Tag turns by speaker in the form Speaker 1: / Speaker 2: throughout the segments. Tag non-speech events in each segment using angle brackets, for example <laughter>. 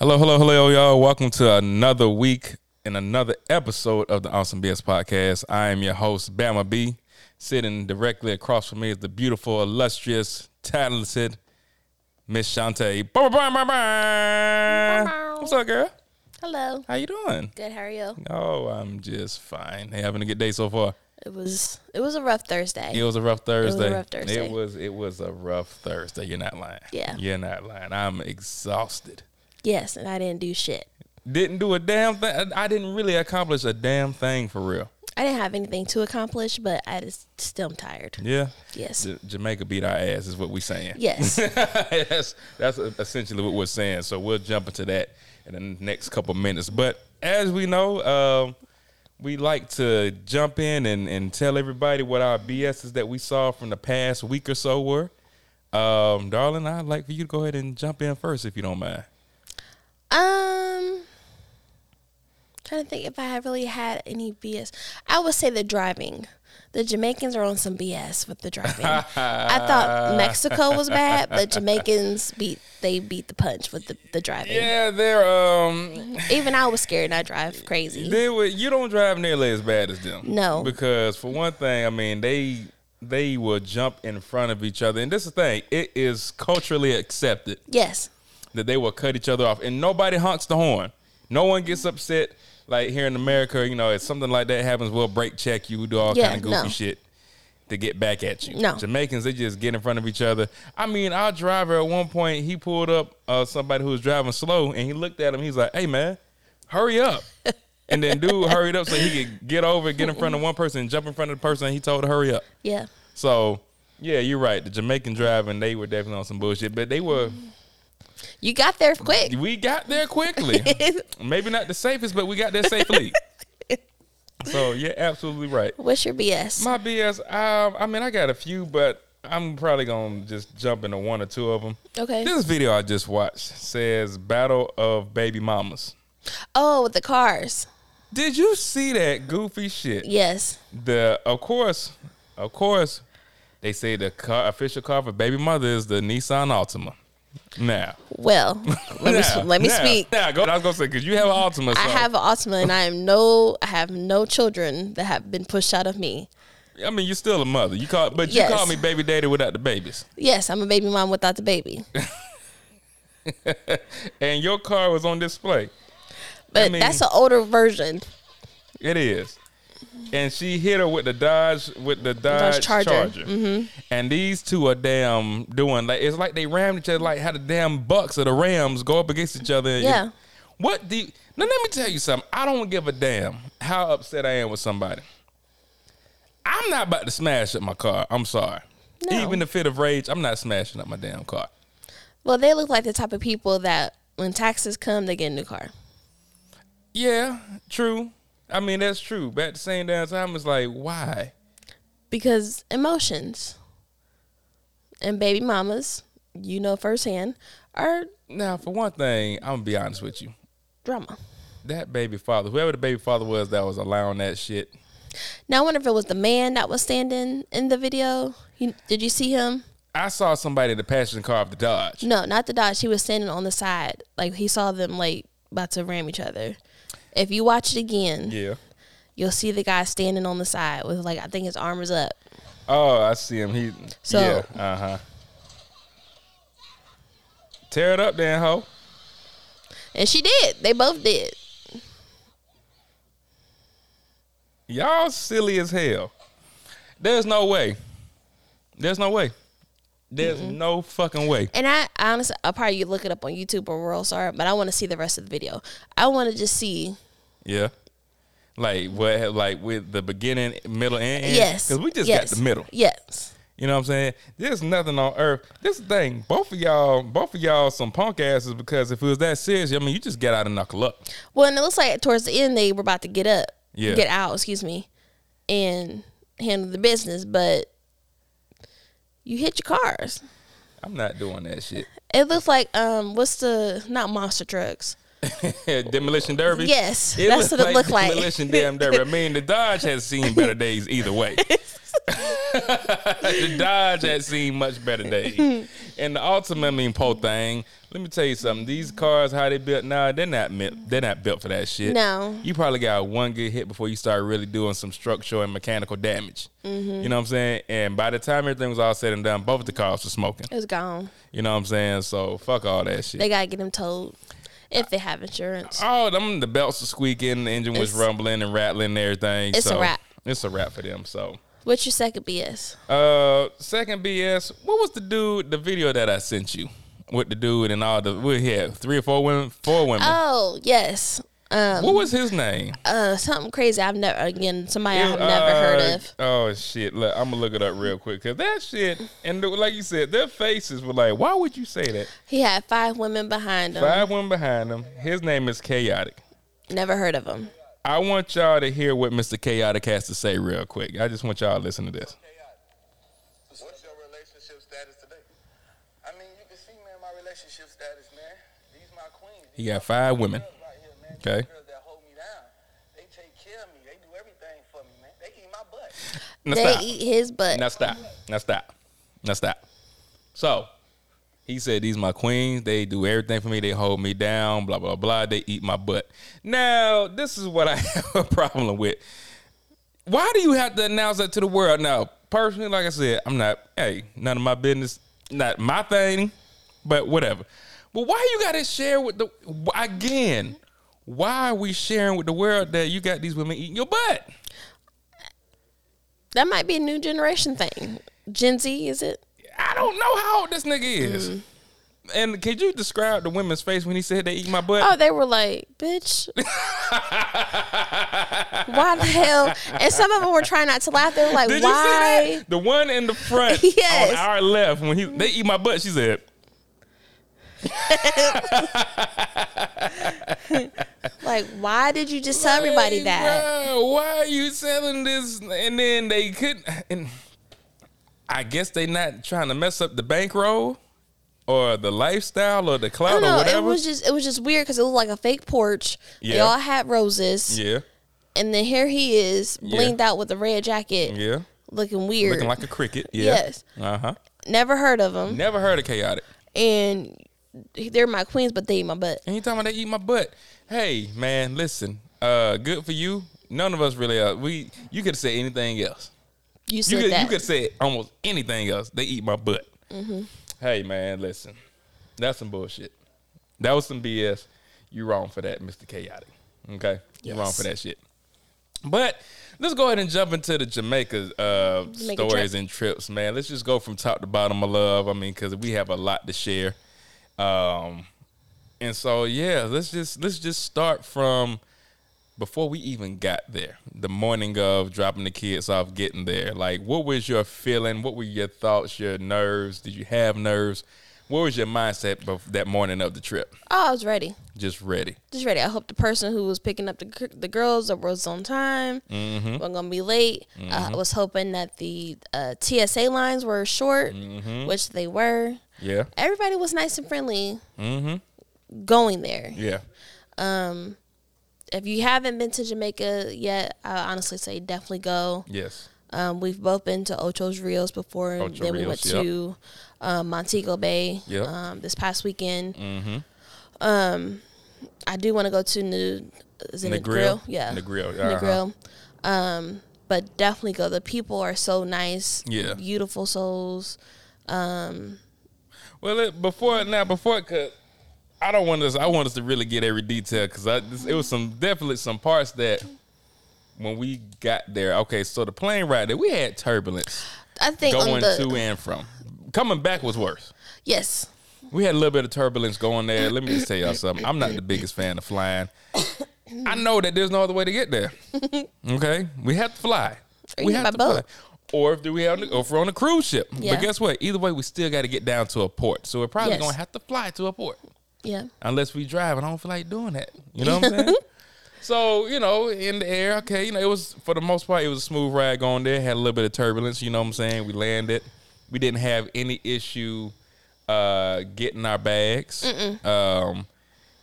Speaker 1: Hello, hello, hello, y'all. Welcome to another week and another episode of the Awesome BS Podcast. I am your host, Bama B. Sitting directly across from me is the beautiful, illustrious, talented Miss Shantae. Bah, bah, bah, bah, bah.
Speaker 2: Bow, bow.
Speaker 1: What's up, girl?
Speaker 2: Hello.
Speaker 1: How you doing?
Speaker 2: Good. How are you?
Speaker 1: Oh, I'm just fine. Hey, having a good day so far.
Speaker 2: It was it was a rough Thursday.
Speaker 1: It was a rough Thursday.
Speaker 2: rough Thursday.
Speaker 1: It was it was a rough Thursday. You're not lying.
Speaker 2: Yeah.
Speaker 1: You're not lying. I'm exhausted.
Speaker 2: Yes, and I didn't do shit.
Speaker 1: Didn't do a damn thing. I I didn't really accomplish a damn thing for real.
Speaker 2: I didn't have anything to accomplish, but I just still am tired.
Speaker 1: Yeah.
Speaker 2: Yes.
Speaker 1: J- Jamaica beat our ass is what we saying. <laughs>
Speaker 2: Yes.
Speaker 1: that's that's essentially what we're saying. So we'll jump into that in the next couple minutes. But as we know, um, we like to jump in and, and tell everybody what our BSs that we saw from the past week or so were. Um, darling, I'd like for you to go ahead and jump in first if you don't mind.
Speaker 2: um trying to think if I had really had any BS. I would say the driving. The Jamaicans are on some BS with the driving. I thought Mexico was bad, but Jamaicans beat they beat the punch with the, the driving.
Speaker 1: Yeah, they're um
Speaker 2: Even I was scared and I drive crazy.
Speaker 1: They were, you don't drive nearly as bad as them.
Speaker 2: No.
Speaker 1: Because for one thing, I mean they they will jump in front of each other. And this is the thing, it is culturally accepted
Speaker 2: yes.
Speaker 1: that they will cut each other off and nobody honks the horn. No one gets upset. Like here in America, you know, if something like that happens, we'll break check you, we'll do all
Speaker 2: Yeah,
Speaker 1: kind of goofy
Speaker 2: no.
Speaker 1: shit to get back at you.
Speaker 2: No.
Speaker 1: Jamaicans, they just get in front of each other. I mean, our driver at one point, he pulled up uh, somebody who was driving slow and he looked at him. He's like, hey, man, hurry
Speaker 2: <laughs>
Speaker 1: up. and then dude hurried up so he could get over, get in front of one person, and jump in front of the person he told to hurry up.
Speaker 2: Yeah.
Speaker 1: So, yeah, you're right. The Jamaican driving, they were definitely on some bullshit, but they were,
Speaker 2: You got there quick.
Speaker 1: we got there
Speaker 2: <laughs>
Speaker 1: quickly. Maybe not the safest, but we got there safely. so, you're absolutely right.
Speaker 2: What's your BS?
Speaker 1: My BS. Um, I mean, I got a few, but I'm probably gonna just jump into one or two of them.
Speaker 2: Okay.
Speaker 1: This video I just watched says "Battle of Baby Mamas."
Speaker 2: Oh, with the cars.
Speaker 1: Did you see that goofy shit?
Speaker 2: Yes.
Speaker 1: The of course, of course, they say the car, official car for baby mother is the Nissan Altima. Now, <laughs>
Speaker 2: Well, let me
Speaker 1: now,
Speaker 2: sp- let me
Speaker 1: now,
Speaker 2: speak.
Speaker 1: Now, go, I was gonna say because you have an Altima. So
Speaker 2: I have Altima, and I am no. I have no children that have been pushed out of me.
Speaker 1: I mean, you're still a mother. You call, but you
Speaker 2: Yes.
Speaker 1: call me baby daddy without the babies.
Speaker 2: Yes, I'm a baby mom without
Speaker 1: <laughs>
Speaker 2: the baby,
Speaker 1: And your car was on display.
Speaker 2: but
Speaker 1: mean-
Speaker 2: that's an older version.
Speaker 1: It is. And she hit her with the Dodge with the Dodge, Charger.
Speaker 2: Charger. Mm-hmm.
Speaker 1: And these two are damn doing like it's like they rammed each other like how the damn bucks or the Rams go up against each other. and-
Speaker 2: Yeah.
Speaker 1: What the now let me tell you something. I don't give a damn how upset I am with somebody. I'm not about to smash up my car. I'm sorry.
Speaker 2: No.
Speaker 1: Even the fit of rage, I'm not smashing up my damn car.
Speaker 2: Well, they look like the type of people that when taxes come, they get a new car.
Speaker 1: Yeah, true. I mean that's true. But at the same damn time, it's like, why?
Speaker 2: because emotions and baby mamas, you know firsthand, are
Speaker 1: Now, for one thing, I'm gonna be honest with you.
Speaker 2: drama.
Speaker 1: That baby father, whoever the baby father was that was allowing that shit.
Speaker 2: Now I wonder if it was the man that was standing in the video. You, did you see him?
Speaker 1: I saw somebody in the passenger car of the Dodge.
Speaker 2: No, not the Dodge. He was standing on the side. Like he saw them like about to ram each other. If you watch it again,
Speaker 1: Yeah.
Speaker 2: you'll see the guy standing on the side with like I think his arm is up.
Speaker 1: Oh, I see him. He.
Speaker 2: So-
Speaker 1: yeah. Uh huh. Tear it up, then, ho.
Speaker 2: And she did. They both did.
Speaker 1: Y'all silly as hell. There's no way. There's no way. There's no fucking way.
Speaker 2: And I, I honestly I'll probably look it up on YouTube or World Star, but I want to see the rest of the video. I want to just see
Speaker 1: Yeah. Like what? Like with the beginning, middle, and end.
Speaker 2: Yes.
Speaker 1: Because we just
Speaker 2: yes.
Speaker 1: got the middle.
Speaker 2: Yes.
Speaker 1: You know what I'm saying? There's nothing on earth. This thing, both of y'all, both of y'all, some punk asses. Because if it was that serious, I mean, you just get out and knuckle up.
Speaker 2: Well, and it looks like towards the end they were about to get up,
Speaker 1: Yeah.
Speaker 2: get out, excuse me, and handle the business, but you hit your cars.
Speaker 1: I'm not doing that shit. <laughs>
Speaker 2: It looks like um, what's the not monster trucks?
Speaker 1: Demolition Derby.
Speaker 2: Yes, that's what it looked like. <laughs>
Speaker 1: Demolition damn Derby. I mean, the Dodge has seen better days either way. the Dodge had seen much better days. and the Altima, I mean, po thing. Let me tell you something. These cars, how they built now, they're not meant, they're not built for that shit.
Speaker 2: No.
Speaker 1: you probably got one good hit before you start really doing some structural and mechanical damage.
Speaker 2: Mm-hmm.
Speaker 1: You know what I'm saying? And by the time everything was all said and done, both of the cars were smoking.
Speaker 2: It was gone.
Speaker 1: You know what I'm saying? So fuck all that shit.
Speaker 2: They gotta get them towed if they have insurance.
Speaker 1: Oh, them the belts were squeaking, the engine was
Speaker 2: It's-
Speaker 1: rumbling and rattling and everything.
Speaker 2: It's a
Speaker 1: so
Speaker 2: wrap.
Speaker 1: It's a wrap for them. So,
Speaker 2: What's your second BS?
Speaker 1: uh, second BS. What was the dude? The video that I sent you with the dude and all the we had three or four women, four women.
Speaker 2: Oh yes, um,
Speaker 1: what was his name?
Speaker 2: uh, something crazy. I've never again somebody I've
Speaker 1: Uh,
Speaker 2: never heard of.
Speaker 1: Oh shit! Look, I'm gonna look it up real quick because that shit and the- like you said, their faces were like, why would you say that?
Speaker 2: He had five women behind him.
Speaker 1: Five women behind him. His name is Chaotic.
Speaker 2: Never heard of him.
Speaker 1: I want y'all to hear what Mr. Chaotic has to say real quick. I just want y'all to listen to this.
Speaker 3: What's your relationship status today? I mean, you can see, man, my relationship status, man. These my queens.
Speaker 1: He got five women.
Speaker 3: Girls right here, man. These
Speaker 1: Okay.
Speaker 3: Girls that hold me down. They take care of me. They do everything for me, man. They eat my butt.
Speaker 1: Now
Speaker 2: they
Speaker 1: stop.
Speaker 2: eat his butt.
Speaker 1: Now stop. Now stop. Now stop. So he said, "These my queens. They do everything for me. They hold me down. Blah blah blah. They eat my butt." Now this is what I <laughs> have a problem with. Why do you have to announce that to the world? Now, personally, like I said, I'm not. Hey, none of my business. Not my thing. But whatever. But why you got to share with the again? Why are we sharing with the world that you got these women eating your butt?
Speaker 2: That might be a new generation thing. Gen Z, is it?
Speaker 1: I don't know how old this nigga is.
Speaker 2: Mm.
Speaker 1: And could you describe the women's face when he said they eat my butt?
Speaker 2: Oh, they were like, bitch. why the hell? And some of them were trying not to laugh. They were like,
Speaker 1: Did you see
Speaker 2: why?
Speaker 1: that? The one in the front
Speaker 2: <laughs> Yes.
Speaker 1: on our left when he they eat my butt, she said.
Speaker 2: Like, why did you just tell everybody
Speaker 1: "Hey,
Speaker 2: that?
Speaker 1: bro, why are you selling this? And then they could and I guess they not trying to mess up the bankroll or the lifestyle or the
Speaker 2: I
Speaker 1: clout
Speaker 2: don't know.
Speaker 1: or
Speaker 2: It
Speaker 1: whatever.
Speaker 2: was just it was just weird because it looked like a fake porch. They
Speaker 1: Yeah.
Speaker 2: all had roses,
Speaker 1: yeah.
Speaker 2: and then here he is, blinged out with a red jacket,
Speaker 1: Yeah.
Speaker 2: looking weird.
Speaker 1: Looking like a cricket. Yeah.
Speaker 2: Yes.
Speaker 1: Uh-huh.
Speaker 2: Never heard of him,
Speaker 1: Never heard of chaotic.
Speaker 2: and they're my queens, but they eat my butt.
Speaker 1: And you talking about they eat my butt. Hey, man, listen. Uh, good for you. None of us really are. We you could say anything else.
Speaker 2: You said
Speaker 1: You could
Speaker 2: that. Mm-hmm.
Speaker 1: you could say almost anything else. They eat my butt. Hey, man, listen. That's some bullshit. That was some BS. You wrong for that, Mister Chaotic. Okay, you wrong
Speaker 2: Yes.
Speaker 1: for that shit. But let's go ahead and jump into the Jamaica uh,
Speaker 2: Jamaica trip.
Speaker 1: stories and trips, man. Let's just go from top to bottom, my love. I mean, because we have a lot to share. Um, and so yeah, let's just let's just start from before we even got there. The morning of dropping the kids off, getting there. Like, what was your feeling? What were your thoughts? Your nerves? Did you have nerves? What was your mindset bef- that morning of the trip?
Speaker 2: oh, I was ready.
Speaker 1: Just ready.
Speaker 2: Just ready. I hope the person who was picking up the gr- the girls was on time. mm Wasn't gonna be late. Uh, I was hoping that the uh, TSA lines were short, which they were.
Speaker 1: Yeah.
Speaker 2: Everybody was nice and friendly. Going there.
Speaker 1: Yeah.
Speaker 2: if you haven't been to Jamaica yet, I honestly say definitely go.
Speaker 1: Yes.
Speaker 2: Um, we've both been to Ocho's Rios before, and
Speaker 1: Ocho
Speaker 2: then we
Speaker 1: Rios,
Speaker 2: went
Speaker 1: yep.
Speaker 2: to um, Montego Bay
Speaker 1: Yep.
Speaker 2: um, this past weekend. Mm-hmm. Um, I do want to go to New is it
Speaker 1: Negril?
Speaker 2: Negril? Yeah,
Speaker 1: Negril,
Speaker 2: Negril.
Speaker 1: uh-huh.
Speaker 2: Um, but definitely go. The people are so nice.
Speaker 1: Yeah.
Speaker 2: beautiful souls.
Speaker 1: Well, it, before now, before cause I don't want us. I want us to really get every detail because I this, it was some definitely some parts that when we got there. Okay, so the plane ride that we had turbulence
Speaker 2: I think on
Speaker 1: going
Speaker 2: the
Speaker 1: to and from. Coming back was worse.
Speaker 2: yes,
Speaker 1: We had a little bit of turbulence going there. Let me just tell y'all something. I'm not the biggest fan of
Speaker 2: <coughs>
Speaker 1: flying. I know that there's no other way to get there. Okay, we have to fly.
Speaker 2: Or
Speaker 1: we
Speaker 2: you
Speaker 1: have
Speaker 2: by
Speaker 1: to
Speaker 2: boat.
Speaker 1: fly. Or if do we have, or if we're on a cruise ship.
Speaker 2: Yeah.
Speaker 1: But guess what? Either way, we still got to get down to a port. So we're probably
Speaker 2: Yes.
Speaker 1: gonna have to fly to a port
Speaker 2: yeah.
Speaker 1: unless we drive. and I don't feel like doing that. You know what I'm
Speaker 2: <laughs>
Speaker 1: saying? so you know, in the air, okay. You know, it was for the most part, it was a smooth ride going there. Had a little bit of turbulence. You know what I'm saying? We landed. We didn't have any issue uh, getting our bags. Um,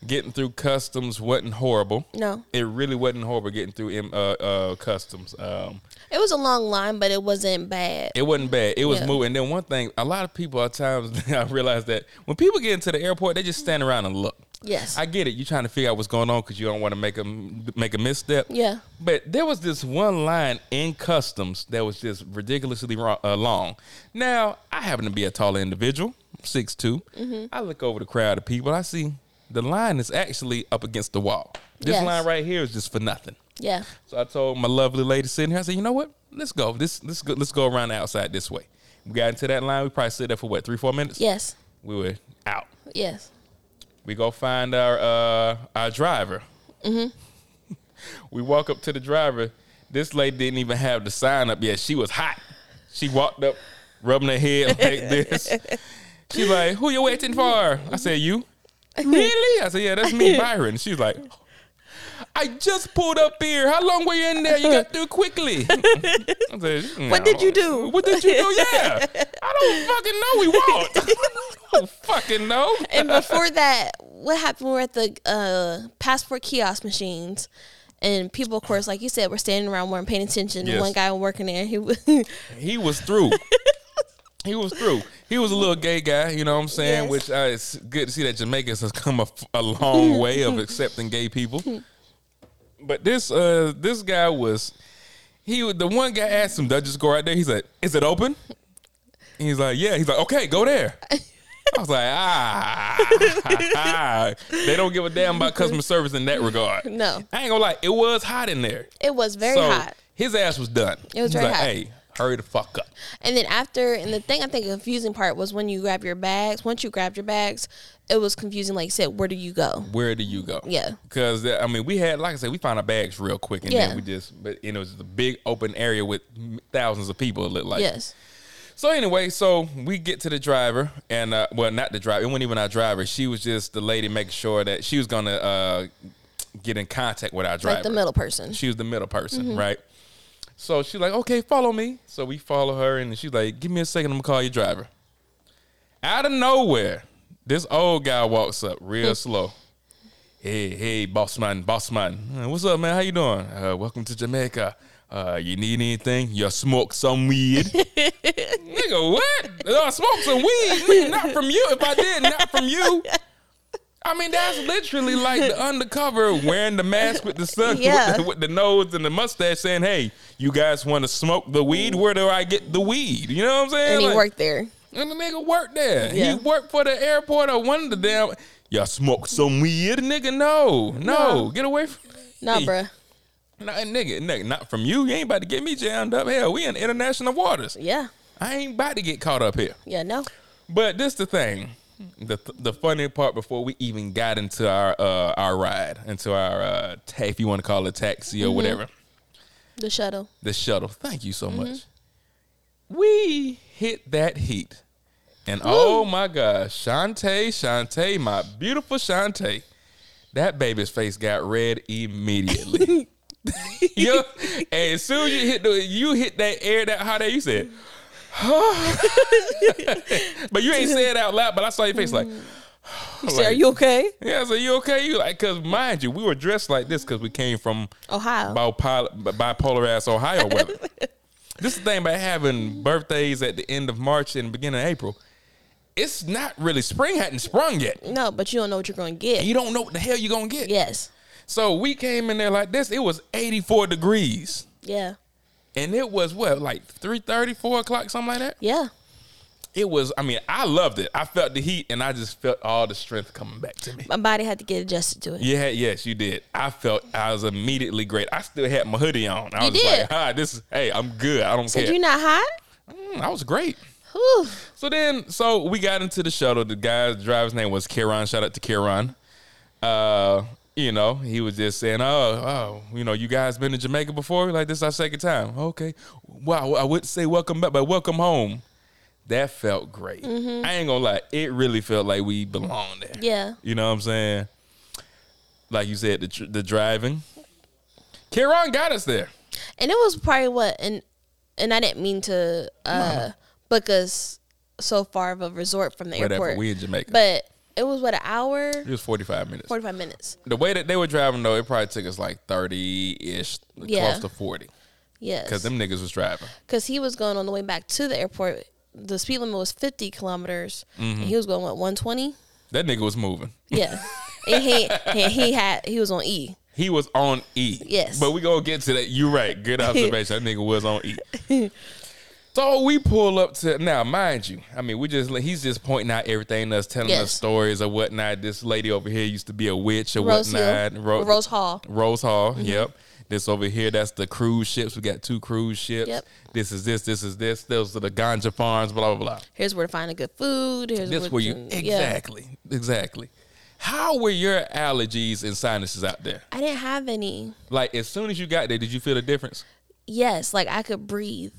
Speaker 1: Getting through customs wasn't horrible.
Speaker 2: No.
Speaker 1: It really wasn't horrible getting through um, uh, uh, customs. Um,
Speaker 2: It was a long line, but it wasn't bad.
Speaker 1: it wasn't bad. It was
Speaker 2: Yeah.
Speaker 1: moving. And then one thing, a lot of people at times <laughs> I realized that when people get into the airport, they just stand around and look.
Speaker 2: Yes.
Speaker 1: I get it. You're trying to figure out what's going on because you don't want to make a make a misstep.
Speaker 2: Yeah.
Speaker 1: But there was this one line in customs that was just ridiculously wrong, uh, long. Now I happen to be a taller individual, six
Speaker 2: Mm-hmm.
Speaker 1: I look over the crowd of people. I see the line is actually up against the wall. This
Speaker 2: Yes.
Speaker 1: line right here is just for nothing.
Speaker 2: yeah.
Speaker 1: So I told my lovely lady sitting here, I said, you know what? Let's go. This let's go let's go around the outside this way. We got into that line. We probably stood there for what three four minutes.
Speaker 2: Yes.
Speaker 1: We were out.
Speaker 2: Yes.
Speaker 1: We go find our uh, our driver.
Speaker 2: Mm-hmm.
Speaker 1: <laughs> we walk up to the driver. This lady didn't even have the sign up yet. She was hot. She walked up, rubbing her head
Speaker 2: <laughs>
Speaker 1: like this. She's like, "Who you waiting for?" I said, "You." Really? I said, "Yeah, that's
Speaker 2: <laughs>
Speaker 1: me, Byron." She's like, "I just pulled up here. How long were you in there? You got through quickly." <laughs> I said,
Speaker 2: What did
Speaker 1: "No."
Speaker 2: you do?
Speaker 1: What did you do?
Speaker 2: <laughs>
Speaker 1: Yeah, I don't fucking know. We walked. <laughs> I don't fucking know.
Speaker 2: And before that, what happened? We were at the uh, passport kiosk machines. And people, of course, like you said, were standing around, weren't paying attention.
Speaker 1: Yes.
Speaker 2: One guy working there, he was-
Speaker 1: he was through. <laughs> he was through. He was a little gay guy, you know what I'm saying?
Speaker 2: Yes.
Speaker 1: Which uh, it's good to see that Jamaicans has come a, f- a
Speaker 2: <laughs>
Speaker 1: long way of accepting gay people. But this uh, this guy was he was- the one guy asked him, "Did I just go right there?" He's like, "Is it open?" And he's like, "Yeah." He's like, "Okay, go there." I was like, ah, <laughs> they don't give a damn about
Speaker 2: <laughs>
Speaker 1: customer service in that regard.
Speaker 2: No.
Speaker 1: I ain't gonna lie, it was hot in there.
Speaker 2: <laughs> it was very
Speaker 1: so
Speaker 2: hot.
Speaker 1: His ass was done.
Speaker 2: It was
Speaker 1: He's
Speaker 2: very
Speaker 1: like,
Speaker 2: hot.
Speaker 1: Hey, hurry the fuck up.
Speaker 2: And then after, and the thing I think confusing part was when you grab your bags. Once you grabbed your bags, it was confusing. Like you said, where do you go?
Speaker 1: where do you go?
Speaker 2: Yeah.
Speaker 1: because I mean, we had like I said, we found our bags real quick, and
Speaker 2: Yeah.
Speaker 1: then we just, but and it was just a big open area with thousands of people. It looked like
Speaker 2: yes.
Speaker 1: So anyway, so we get to the driver, and uh, well, not the driver. It wasn't even our driver. She was just the lady making sure that she was gonna uh, get in contact with our driver.
Speaker 2: Like the middle person.
Speaker 1: She was the middle person, right? So she's like, okay, follow me. So we follow her, and she's like, give me a second, I'm gonna call your driver. Out of nowhere, this old guy walks up real slow. Hey, hey, boss man, boss man. Uh, What's up, man? How you doing? Uh, welcome to Jamaica. Uh, you need anything? You smoke some weed? Nigga, what? Uh, smoke some weed? Man, not from you. If I did, not from you. I mean, that's literally like the undercover wearing the mask with the sun, <laughs> with,
Speaker 2: Yeah.
Speaker 1: the, with the nose and the mustache, saying, "Hey, you guys want to smoke the weed? Where do I get the weed?" You know what I'm saying?
Speaker 2: and he
Speaker 1: Like-
Speaker 2: worked there.
Speaker 1: and the nigga worked there.
Speaker 2: Yeah.
Speaker 1: He worked for the airport or one of the damn. Y'all smoke some weed, nigga. No, no,
Speaker 2: No.
Speaker 1: get away from.
Speaker 2: Nah,
Speaker 1: Hey,
Speaker 2: bruh.
Speaker 1: Nah, nigga, nigga, not from you. You ain't about to get me jammed up. Hell, we in international waters.
Speaker 2: Yeah.
Speaker 1: I ain't about to get caught up here.
Speaker 2: Yeah, no.
Speaker 1: But this the thing. The the funny part before we even got into our uh, our ride, into our uh, ta- if you want to call it taxi or
Speaker 2: Mm-hmm.
Speaker 1: whatever, <laughs>
Speaker 2: The shuttle.
Speaker 1: the shuttle. Thank you so much. We hit that heat. And oh my gosh, Shantae, Shantae, my beautiful Shantae. That baby's face got red immediately. Yo, and as soon as you hit the you hit that air that hot air, you said, <laughs> but you ain't said it out loud, but I saw your face like,
Speaker 2: You
Speaker 1: like,
Speaker 2: said, are you okay?
Speaker 1: Yeah, so you okay? You like cause mind you, we were dressed like this because we came from
Speaker 2: Ohio.
Speaker 1: about pol- bipolar ass Ohio
Speaker 2: <laughs>
Speaker 1: weather. this is the thing about having birthdays at the end of March and beginning of April. It's not really spring hadn't sprung yet.
Speaker 2: No, but you don't know what you're going to get.
Speaker 1: You don't know what the hell you're gonna get.
Speaker 2: yes.
Speaker 1: So we came in there like this. It was 84 degrees.
Speaker 2: Yeah.
Speaker 1: And it was what, like 3:30, 4 o'clock, something like that?
Speaker 2: Yeah.
Speaker 1: It was, I mean, I loved it. I felt the heat and I just felt all the strength coming back to me.
Speaker 2: My body had to get adjusted to it.
Speaker 1: Yeah, yes, you did. I felt I was immediately great. I still had my hoodie on. I
Speaker 2: You
Speaker 1: was
Speaker 2: did.
Speaker 1: like, hi, this is hey, I'm good. I don't
Speaker 2: Did
Speaker 1: care.
Speaker 2: you not hot?
Speaker 1: Mm, I was great.
Speaker 2: Whew.
Speaker 1: So then, so we got into the shuttle. The guy's driver's name was Kieran. Shout out to Kieran. Uh, you know, he was just saying, "Oh, oh, you know, you guys been to Jamaica before? Like this is our second time. Okay, wow. I would say welcome back, but welcome home. That felt great. I ain't gonna lie, it really felt like we belonged there.
Speaker 2: Yeah.
Speaker 1: You know what I'm saying? Like you said, the tr- the driving. Kieran got us there.
Speaker 2: And it was probably what and and I didn't mean to uh book us so far of a resort from the
Speaker 1: Whatever,
Speaker 2: airport.
Speaker 1: we in Jamaica.
Speaker 2: But It was what an hour,
Speaker 1: It was 45 minutes.
Speaker 2: forty five minutes.
Speaker 1: The way that they were driving, though, it probably took us like 30 ish,
Speaker 2: Yeah.
Speaker 1: close to 40.
Speaker 2: Yes,
Speaker 1: Because them niggas was driving.
Speaker 2: because he was going on the way back to the airport. The speed limit was 50 kilometers,
Speaker 1: Mm-hmm.
Speaker 2: and he was going what 120.
Speaker 1: That nigga was moving.
Speaker 2: Yeah, and he and he had he was on E.
Speaker 1: He was on E.
Speaker 2: Yes.
Speaker 1: But we gonna get to that. You're right.
Speaker 2: <laughs>
Speaker 1: Good observation. that nigga was on E. So we pull up to now, mind you. I mean, we just he's just pointing out everything to us, telling us
Speaker 2: Yes.
Speaker 1: stories or whatnot. This lady over here used to be a witch or
Speaker 2: Rose
Speaker 1: whatnot.
Speaker 2: Hill.
Speaker 1: Ro-
Speaker 2: Rose Hall. Mm-hmm.
Speaker 1: Rose Hall. Yep. This over here, that's the cruise ships. We got two cruise ships.
Speaker 2: Yep.
Speaker 1: This is this. This is this. Those are the ganja farms. Blah blah blah.
Speaker 2: Here's where to find a good food. Here's
Speaker 1: This
Speaker 2: where
Speaker 1: where you
Speaker 2: yeah.
Speaker 1: exactly, exactly. How were your allergies and sinuses out there?
Speaker 2: I didn't have any.
Speaker 1: Like as soon as you got there, did you feel the difference?
Speaker 2: Yes, like I could breathe.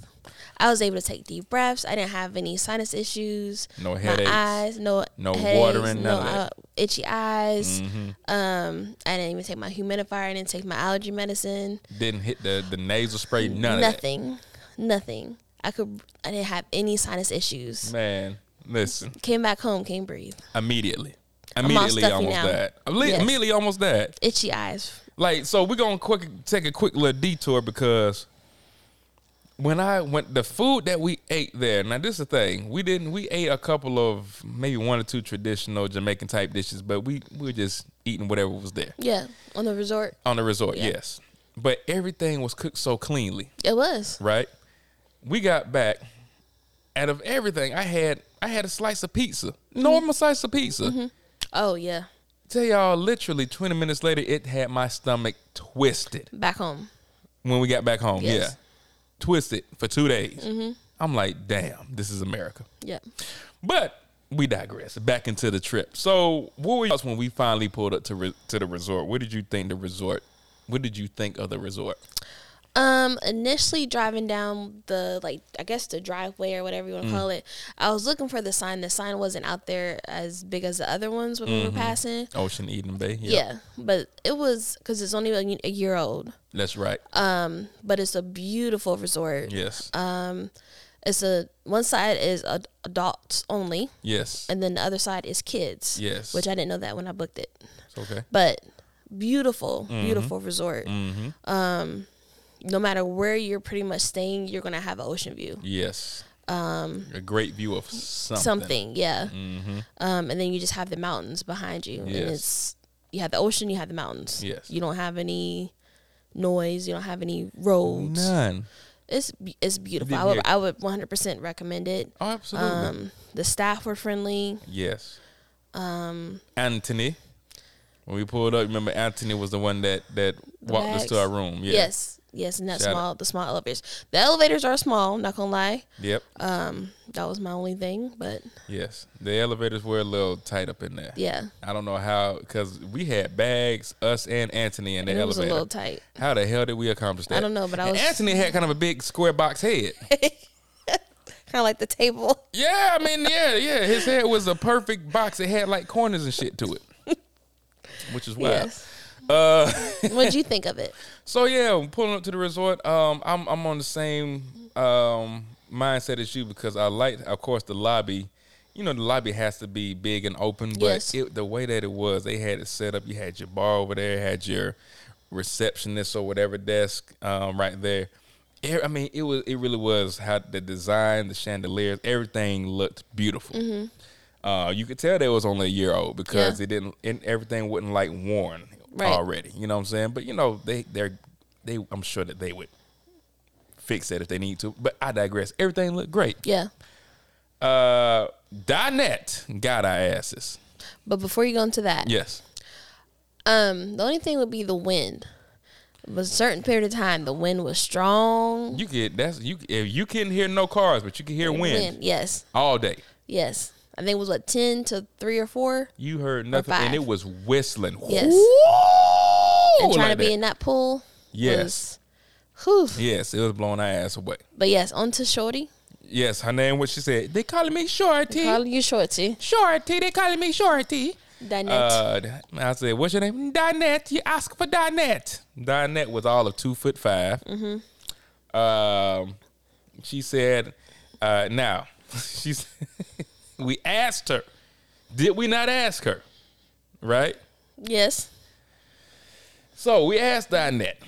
Speaker 2: I was able to take deep breaths. I didn't have any sinus issues.
Speaker 1: No
Speaker 2: My
Speaker 1: headaches.
Speaker 2: eyes, no
Speaker 1: No
Speaker 2: headaches,
Speaker 1: watering, none
Speaker 2: no
Speaker 1: of that. Mm-hmm.
Speaker 2: uh, itchy eyes. Um, I didn't even take my humidifier. I didn't take my allergy medicine.
Speaker 1: Didn't hit the, the nasal spray, none
Speaker 2: nothing, nothing. I could. I didn't have any sinus issues.
Speaker 1: of that. Man, listen.
Speaker 2: Came back home, can't breathe.
Speaker 1: Immediately.
Speaker 2: all
Speaker 1: Immediately
Speaker 2: stuffy
Speaker 1: almost
Speaker 2: now.
Speaker 1: died. Immediately,
Speaker 2: Yes.
Speaker 1: immediately almost died.
Speaker 2: Itchy eyes.
Speaker 1: Like, so we're gonna quick take a quick little detour because when I went the food that we ate there, now this is the thing. We didn't we ate a couple of maybe one or two traditional Jamaican type dishes, but we, we were just eating whatever was there.
Speaker 2: Yeah, on the resort,
Speaker 1: On the resort,
Speaker 2: Yeah.
Speaker 1: yes. But everything was cooked so cleanly.
Speaker 2: it was.
Speaker 1: right? We got back. Out of everything, I had I had a slice of pizza,
Speaker 2: Mm-hmm.
Speaker 1: normal slice of pizza.
Speaker 2: Oh yeah,
Speaker 1: Tell y'all, literally twenty minutes later, it had my stomach twisted.
Speaker 2: back home.
Speaker 1: When we got back home,
Speaker 2: Yes. Mm-hmm.
Speaker 1: yeah, twisted for two days. I'm like, damn, this is America.
Speaker 2: Yep.
Speaker 1: But we digress. Back into the trip. So, what were your thoughts when we finally pulled up to re- to the resort? What did you think the resort? What did you think of the resort?
Speaker 2: Um, initially driving down the like I guess the driveway or whatever you want to call it, I was looking for the sign. The sign wasn't out there as big as the other ones when we were passing.
Speaker 1: Ocean Eden Bay.
Speaker 2: Yeah, but it was because it's only a, a year old.
Speaker 1: that's right.
Speaker 2: Uh, But it's a beautiful resort.
Speaker 1: yes,
Speaker 2: uh, It's a one side is ad- adults only,
Speaker 1: yes,
Speaker 2: and then the other side is kids.
Speaker 1: Yes.
Speaker 2: which I didn't know that when I booked it.
Speaker 1: it's okay.
Speaker 2: but beautiful, beautiful resort.
Speaker 1: Mm.
Speaker 2: Um,
Speaker 1: Mm-hmm.
Speaker 2: no matter where you're pretty much staying, you're gonna have an ocean view.
Speaker 1: Yes. Um, a great view of something. Mm-hmm.
Speaker 2: Something, yeah. Um, and then you just have the mountains behind you, and
Speaker 1: Yes.
Speaker 2: it's you have the ocean, you have the mountains.
Speaker 1: Yes.
Speaker 2: you don't have any noise, you don't have any roads.
Speaker 1: None.
Speaker 2: It's be- it's beautiful.
Speaker 1: Been
Speaker 2: I would
Speaker 1: here.
Speaker 2: I would 100 percent recommend it.
Speaker 1: Oh, absolutely.
Speaker 2: Um, the staff were friendly.
Speaker 1: yes. Um, Anthony. When we pulled up, remember Anthony was the one that that
Speaker 2: the
Speaker 1: walked us
Speaker 2: bags.
Speaker 1: to our room. Yeah.
Speaker 2: Yes. Yes, and that
Speaker 1: Shout out.
Speaker 2: small the small elevators. The elevators are small, not gonna lie.
Speaker 1: Yep.
Speaker 2: Uh, That was my only thing, but
Speaker 1: yes. The elevators were a little tight up in there.
Speaker 2: Yeah.
Speaker 1: I don't know how because we had bags, us and Anthony in the
Speaker 2: it was a
Speaker 1: elevator.
Speaker 2: little tight. <laughs>
Speaker 1: How the hell did we accomplish that?
Speaker 2: I don't know, but I
Speaker 1: And
Speaker 2: was-
Speaker 1: Anthony had kind of a big square box head.
Speaker 2: Kind of like
Speaker 1: <laughs>
Speaker 2: the table.
Speaker 1: yeah, I mean, yeah, yeah. His head was a perfect box. It had like corners and shit to it, which is wild.
Speaker 2: Yes. Uh, What'd you think of it?
Speaker 1: So yeah, I'm pulling up to the resort. Um, I'm I'm on the same um mindset as you because I like, of course, the lobby. You know, the lobby has to be big and open, but
Speaker 2: Yes.
Speaker 1: it, the way that it was, they had it set up. You had your bar over there, had your receptionist or whatever desk um, right there. E- I mean, it was it really was how the design, the chandeliers, everything looked beautiful. Uh, you could tell they was only a year old because
Speaker 2: Mm-hmm. Yeah.
Speaker 1: it didn't, it, everything wasn't like worn
Speaker 2: Right.
Speaker 1: already. You know what I'm saying? But you know, they they're they I'm sure that they would fix that if they need to. But I digress. Everything looked great.
Speaker 2: Yeah.
Speaker 1: Uh Dinette got our asses.
Speaker 2: But before you go into that,
Speaker 1: Yes.
Speaker 2: um, the only thing would be the wind. But a certain period of time, the wind was strong.
Speaker 1: You could that's you if you couldn't hear no cars, but you could hear wind,
Speaker 2: Yes.
Speaker 1: all day.
Speaker 2: Yes. I think it was what ten to three or four,
Speaker 1: You heard nothing
Speaker 2: five.
Speaker 1: and it was whistling.
Speaker 2: Yes.
Speaker 1: Whoo!
Speaker 2: and trying
Speaker 1: Like
Speaker 2: to be
Speaker 1: that.
Speaker 2: in that pool.
Speaker 1: Yes.
Speaker 2: Was, whew.
Speaker 1: Yes, it was blowing our ass away.
Speaker 2: But yes, on to Shorty.
Speaker 1: Yes, her name was she said, They calling me Shorty.
Speaker 2: Call you Shorty.
Speaker 1: Shorty, they calling me Shorty.
Speaker 2: Dinette.
Speaker 1: Uh, I said, "What's your name?" Dinette. You ask for Dinette. Dinette was all of two foot 5 Um, <laughs> she said, uh, "Now, she's." we asked her, Did we not ask her? Right?
Speaker 2: Yes.
Speaker 1: So we asked Dinette.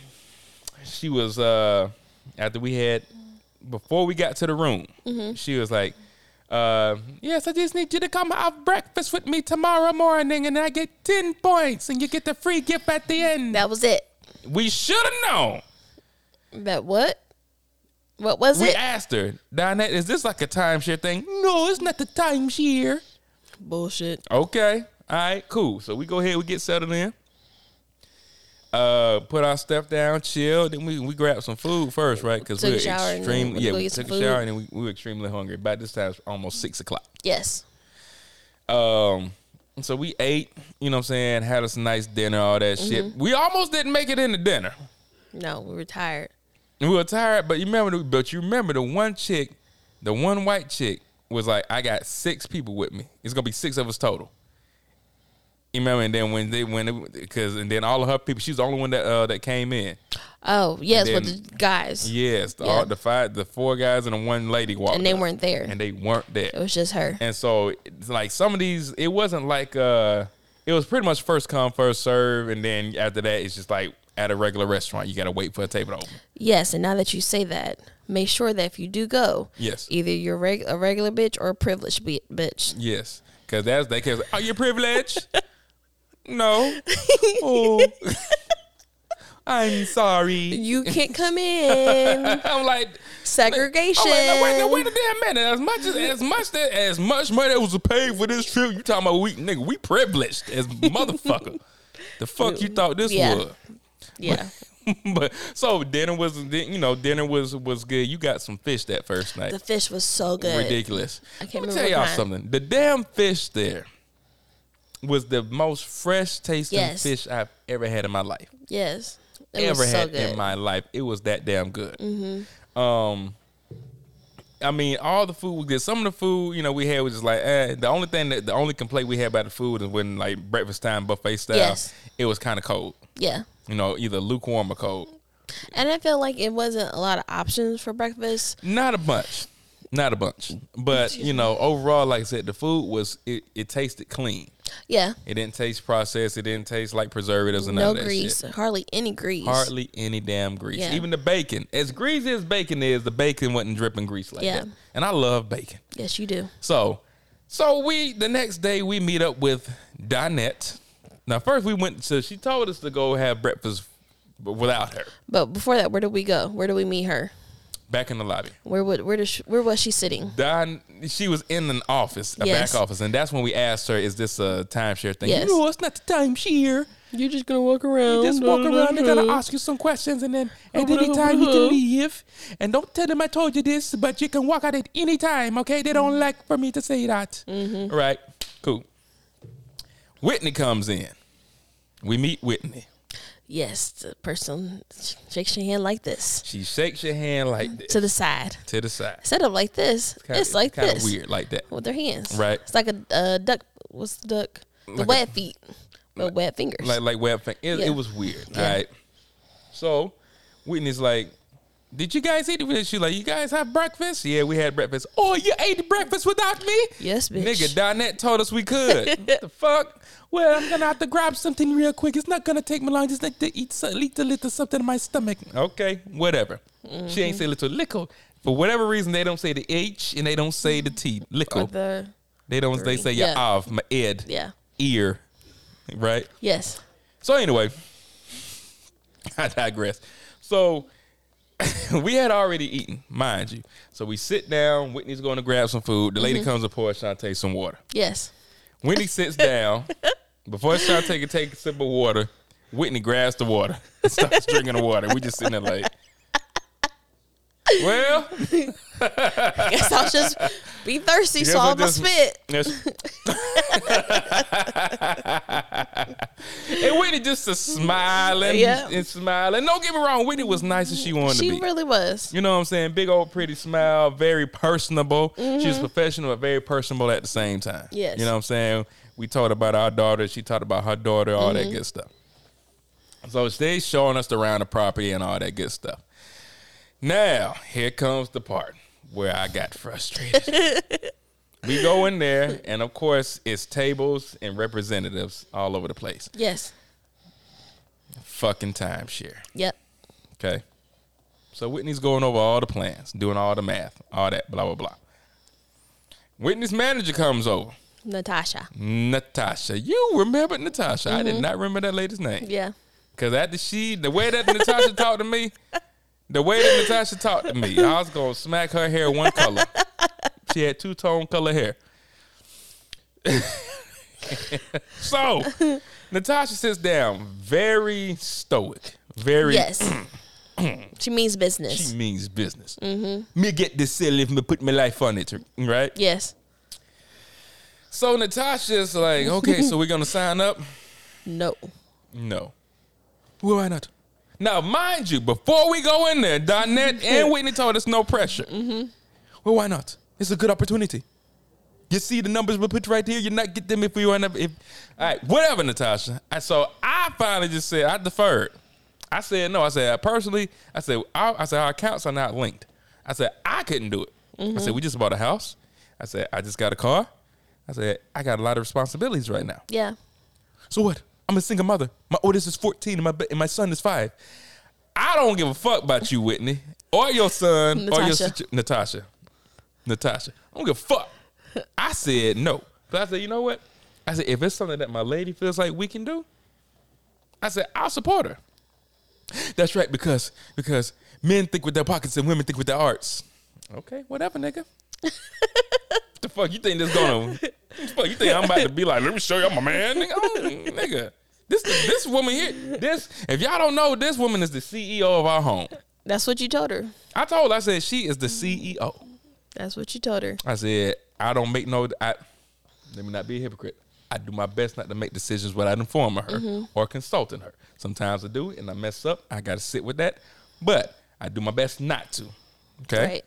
Speaker 1: She was uh after we had before we got to the room, she was like, uh, yes, I just need you to come have breakfast with me tomorrow morning and I get ten points and you get the free gift at the end.
Speaker 2: That was it.
Speaker 1: We should have known.
Speaker 2: That what? What was
Speaker 1: We
Speaker 2: it?
Speaker 1: asked her, Dinette, is this like a timeshare thing? No, it's not the timeshare.
Speaker 2: Bullshit.
Speaker 1: Okay. All right, cool. So we go ahead, we get settled in. Uh, put our stuff down, chill. Then we, we grab some food first, right? Because
Speaker 2: Took
Speaker 1: we
Speaker 2: a
Speaker 1: were
Speaker 2: shower and then
Speaker 1: extremely
Speaker 2: went to
Speaker 1: yeah.
Speaker 2: go
Speaker 1: We
Speaker 2: get some
Speaker 1: took a shower
Speaker 2: food.
Speaker 1: and then we, we were extremely hungry. By this time, it's almost six o'clock.
Speaker 2: Yes.
Speaker 1: Um, so we ate. You know what I'm saying? Had us a nice dinner, all that
Speaker 2: Mm-hmm.
Speaker 1: shit. We almost didn't make it into dinner.
Speaker 2: No, we were tired.
Speaker 1: We were tired, but you remember, the- but you remember the one chick, the one white chick was like, I got six people with me. It's gonna be six of us total. You remember, and then when they when because and then all of her people, she was the only one that uh, that came in.
Speaker 2: Oh, yes,
Speaker 1: And then-
Speaker 2: with the guys.
Speaker 1: Yes, the,
Speaker 2: Yeah.
Speaker 1: all, the five, the four guys and the one lady walked,
Speaker 2: and they
Speaker 1: up,
Speaker 2: weren't there.
Speaker 1: and they weren't there.
Speaker 2: it was just her.
Speaker 1: And so, it's like some of these, it wasn't like uh, it was pretty much first come first serve, and then after that, it's just like at a regular restaurant, you gotta wait for a table to open.
Speaker 2: Yes, and now that you say that, make sure that if you do go,
Speaker 1: Yes.
Speaker 2: either you're reg- a regular bitch or a privileged bi- bitch.
Speaker 1: Yes, because that's they can. Are you privileged? no. Oh. <laughs> I'm sorry. <laughs>
Speaker 2: You can't come
Speaker 1: oh,
Speaker 2: in.
Speaker 1: I'm like,
Speaker 2: Segregation.
Speaker 1: I'm like, no, wait, no, wait a damn minute. As much as as much that as much money that was paid for this trip, you talking about we nigga, we privileged as motherfucker. <laughs> the fuck you thought this
Speaker 2: Yeah.
Speaker 1: was? <laughs>
Speaker 2: yeah.
Speaker 1: but so dinner was then, you know dinner was was good. You got some fish that first night.
Speaker 2: The fish was so good.
Speaker 1: Ridiculous.
Speaker 2: I
Speaker 1: Let
Speaker 2: can't
Speaker 1: me
Speaker 2: remember
Speaker 1: tell
Speaker 2: what
Speaker 1: y'all
Speaker 2: kind.
Speaker 1: something. The damn fish there was the most fresh tasting
Speaker 2: Yes.
Speaker 1: fish I've ever had in my life.
Speaker 2: Yes. It
Speaker 1: ever
Speaker 2: was so
Speaker 1: had
Speaker 2: good. Mm-hmm.
Speaker 1: in my life. It was that damn good. Um, I mean, all the food was good. Some of the food, you know, we had was just like eh. the only thing that the only complaint we had about the food is when like breakfast time buffet style,
Speaker 2: Yes.
Speaker 1: it was kind of cold.
Speaker 2: yeah.
Speaker 1: You know, either lukewarm or cold.
Speaker 2: And I feel like it wasn't a lot of options for breakfast.
Speaker 1: Not a bunch. Not a bunch.
Speaker 2: <laughs>
Speaker 1: But, you know, overall, like I said, the food was, it, it tasted clean.
Speaker 2: Yeah.
Speaker 1: It didn't taste processed. It didn't taste like preservatives and none
Speaker 2: No
Speaker 1: of that
Speaker 2: grease.
Speaker 1: shit.
Speaker 2: Hardly any grease.
Speaker 1: Hardly any damn grease.
Speaker 2: Yeah.
Speaker 1: Even the bacon. As greasy as bacon is, the bacon wasn't dripping grease like
Speaker 2: Yeah.
Speaker 1: that. And I love bacon.
Speaker 2: Yes, you do.
Speaker 1: So, so we, the next day, we meet up with Dinette. Now, first we went to, she told us to go have breakfast without her
Speaker 2: But before that, where did we go? Where did we meet her?
Speaker 1: back in the lobby.
Speaker 2: Where would where does she, where was she sitting?
Speaker 1: Don, she was in an office, a
Speaker 2: Yes.
Speaker 1: back office, and that's when we asked her, "Is this a timeshare thing?"
Speaker 2: Yes.
Speaker 1: No, it's not the timeshare.
Speaker 2: You're just gonna walk around.
Speaker 1: Just walk around. They're gonna ask you some questions, and then at any time you can leave. And don't tell them I told you this, but you can walk out at any time. Okay? They
Speaker 2: Mm-hmm.
Speaker 1: don't like for me to say that. Right? Cool. Whitney comes in. We meet Whitney.
Speaker 2: Yes, the person sh- shakes your hand like this
Speaker 1: She shakes your hand like this
Speaker 2: to the side.
Speaker 1: to the side.
Speaker 2: Instead of like this,
Speaker 1: Kinda-
Speaker 2: it's like
Speaker 1: kinda
Speaker 2: this.
Speaker 1: weird like that.
Speaker 2: with their hands.
Speaker 1: Right.
Speaker 2: It's like a uh, duck. What's the duck? The
Speaker 1: Like a-
Speaker 2: wet feet, but wet fingers.
Speaker 1: like like web thing. It,
Speaker 2: Yeah.
Speaker 1: it was weird.
Speaker 2: Yeah.
Speaker 1: All right. So Whitney's like, "Did you guys eat?" it?" She's like, "You guys have breakfast?" Yeah, we had breakfast. Oh, you ate breakfast without me?
Speaker 2: Yes, bitch.
Speaker 1: Nigga, Donette told us we
Speaker 2: <laughs>
Speaker 1: could. what the fuck? Well, I'm gonna have to grab something real quick. It's not gonna take me long. Just like to eat so, little little something in my stomach. Okay, whatever. She
Speaker 2: Mm-hmm.
Speaker 1: ain't say little lickle. For whatever reason, they don't say the H and they don't say the T.
Speaker 2: Or
Speaker 1: Lickle.
Speaker 2: the
Speaker 1: They don't. They say your
Speaker 2: Yeah.
Speaker 1: of my ed,
Speaker 2: yeah.
Speaker 1: ear, right?
Speaker 2: Yes.
Speaker 1: So anyway, <laughs> I digress. So <laughs> we had already eaten, mind you. So we sit down. Whitney's going to grab some food. The lady
Speaker 2: Mm-hmm.
Speaker 1: comes to pour Shantae some water.
Speaker 2: Yes.
Speaker 1: Whitney sits
Speaker 2: <laughs>
Speaker 1: down. Before Shantae can take a sip of water, Whitney grabs the water and starts drinking the water. We just sitting there like, well,
Speaker 2: I guess I'll just
Speaker 1: <laughs>
Speaker 2: be thirsty,
Speaker 1: Guess
Speaker 2: so
Speaker 1: I
Speaker 2: I'm gonna
Speaker 1: just-
Speaker 2: spit.
Speaker 1: Yes. <laughs> and Whitney just a smiling
Speaker 2: Yeah.
Speaker 1: and smiling. Don't get me wrong, Whitney was nice as she wanted
Speaker 2: She
Speaker 1: to be.
Speaker 2: really was.
Speaker 1: you know what I'm saying? Big old pretty smile, very personable. She was professional but very personable at the same time.
Speaker 2: Yes.
Speaker 1: You know what I'm saying? We talked about our daughter. She talked about her daughter, all that good stuff. So they showing us around the property and all that good stuff. Now, here comes the part where I got frustrated. we go in there, and of course, it's tables and representatives all over the place.
Speaker 2: Yes.
Speaker 1: Fucking timeshare.
Speaker 2: Yep.
Speaker 1: Okay. So Whitney's going over all the plans, doing all the math, all that, blah, blah, blah. Whitney's manager comes over.
Speaker 2: Natasha.
Speaker 1: Natasha. You remember Natasha. I did not remember that lady's name.
Speaker 2: Mm-hmm. Yeah.
Speaker 1: Cause after she the way that Natasha
Speaker 2: <laughs>
Speaker 1: talked to me, the way that Natasha talked to me, I was gonna smack her hair one color. She had two tone color hair. <laughs> so Natasha sits down, very stoic, very
Speaker 2: Yes.
Speaker 1: <clears throat>
Speaker 2: she means business.
Speaker 1: she means business. Me get this silly if me put my life on it, right?
Speaker 2: yes.
Speaker 1: So Natasha's like, okay, so we're gonna sign up.
Speaker 2: No.
Speaker 1: No. Well, why not? Now, mind you, before we go in there, Donette and Whitney told us no pressure. Mm-hmm. Well, why not? It's a good opportunity. You see the numbers we put right here. You not get them if we run up. If all right, whatever, Natasha. I, so I finally just said I deferred. I said no. I said personally. I said I, I said our accounts are not linked. I said I couldn't do it. I said we just bought a house. I said I just got a car. I said I got a lot of responsibilities right now.
Speaker 2: Yeah.
Speaker 1: So what? I'm a single mother. My oldest is 14 and my and my son is five. I don't give a fuck about you, Whitney, or your son, or your
Speaker 2: Natasha.
Speaker 1: situ- Natasha. Natasha. I don't give a fuck. I said no. But I said, you know what? I said, if it's something that my lady feels like we can do, I said, I'll support her. That's right, because because men think with their pockets and women think with their hearts. Okay, whatever, nigga. the fuck you think this gonna? Fuck you think I'm about to be like? Let me show you I'm a man, nigga. I'm- nigga. This this woman here, this if y'all don't know, this woman is the CEO of our home.
Speaker 2: That's what you told her.
Speaker 1: I told, her, I said she is the CEO.
Speaker 2: That's what you told her.
Speaker 1: I said I don't make no. I let me not be a hypocrite. I do my best not to make decisions without informing her or consulting her. Sometimes I do, and I mess up. I got to sit with that, but I do my best not to. Okay.
Speaker 2: Right.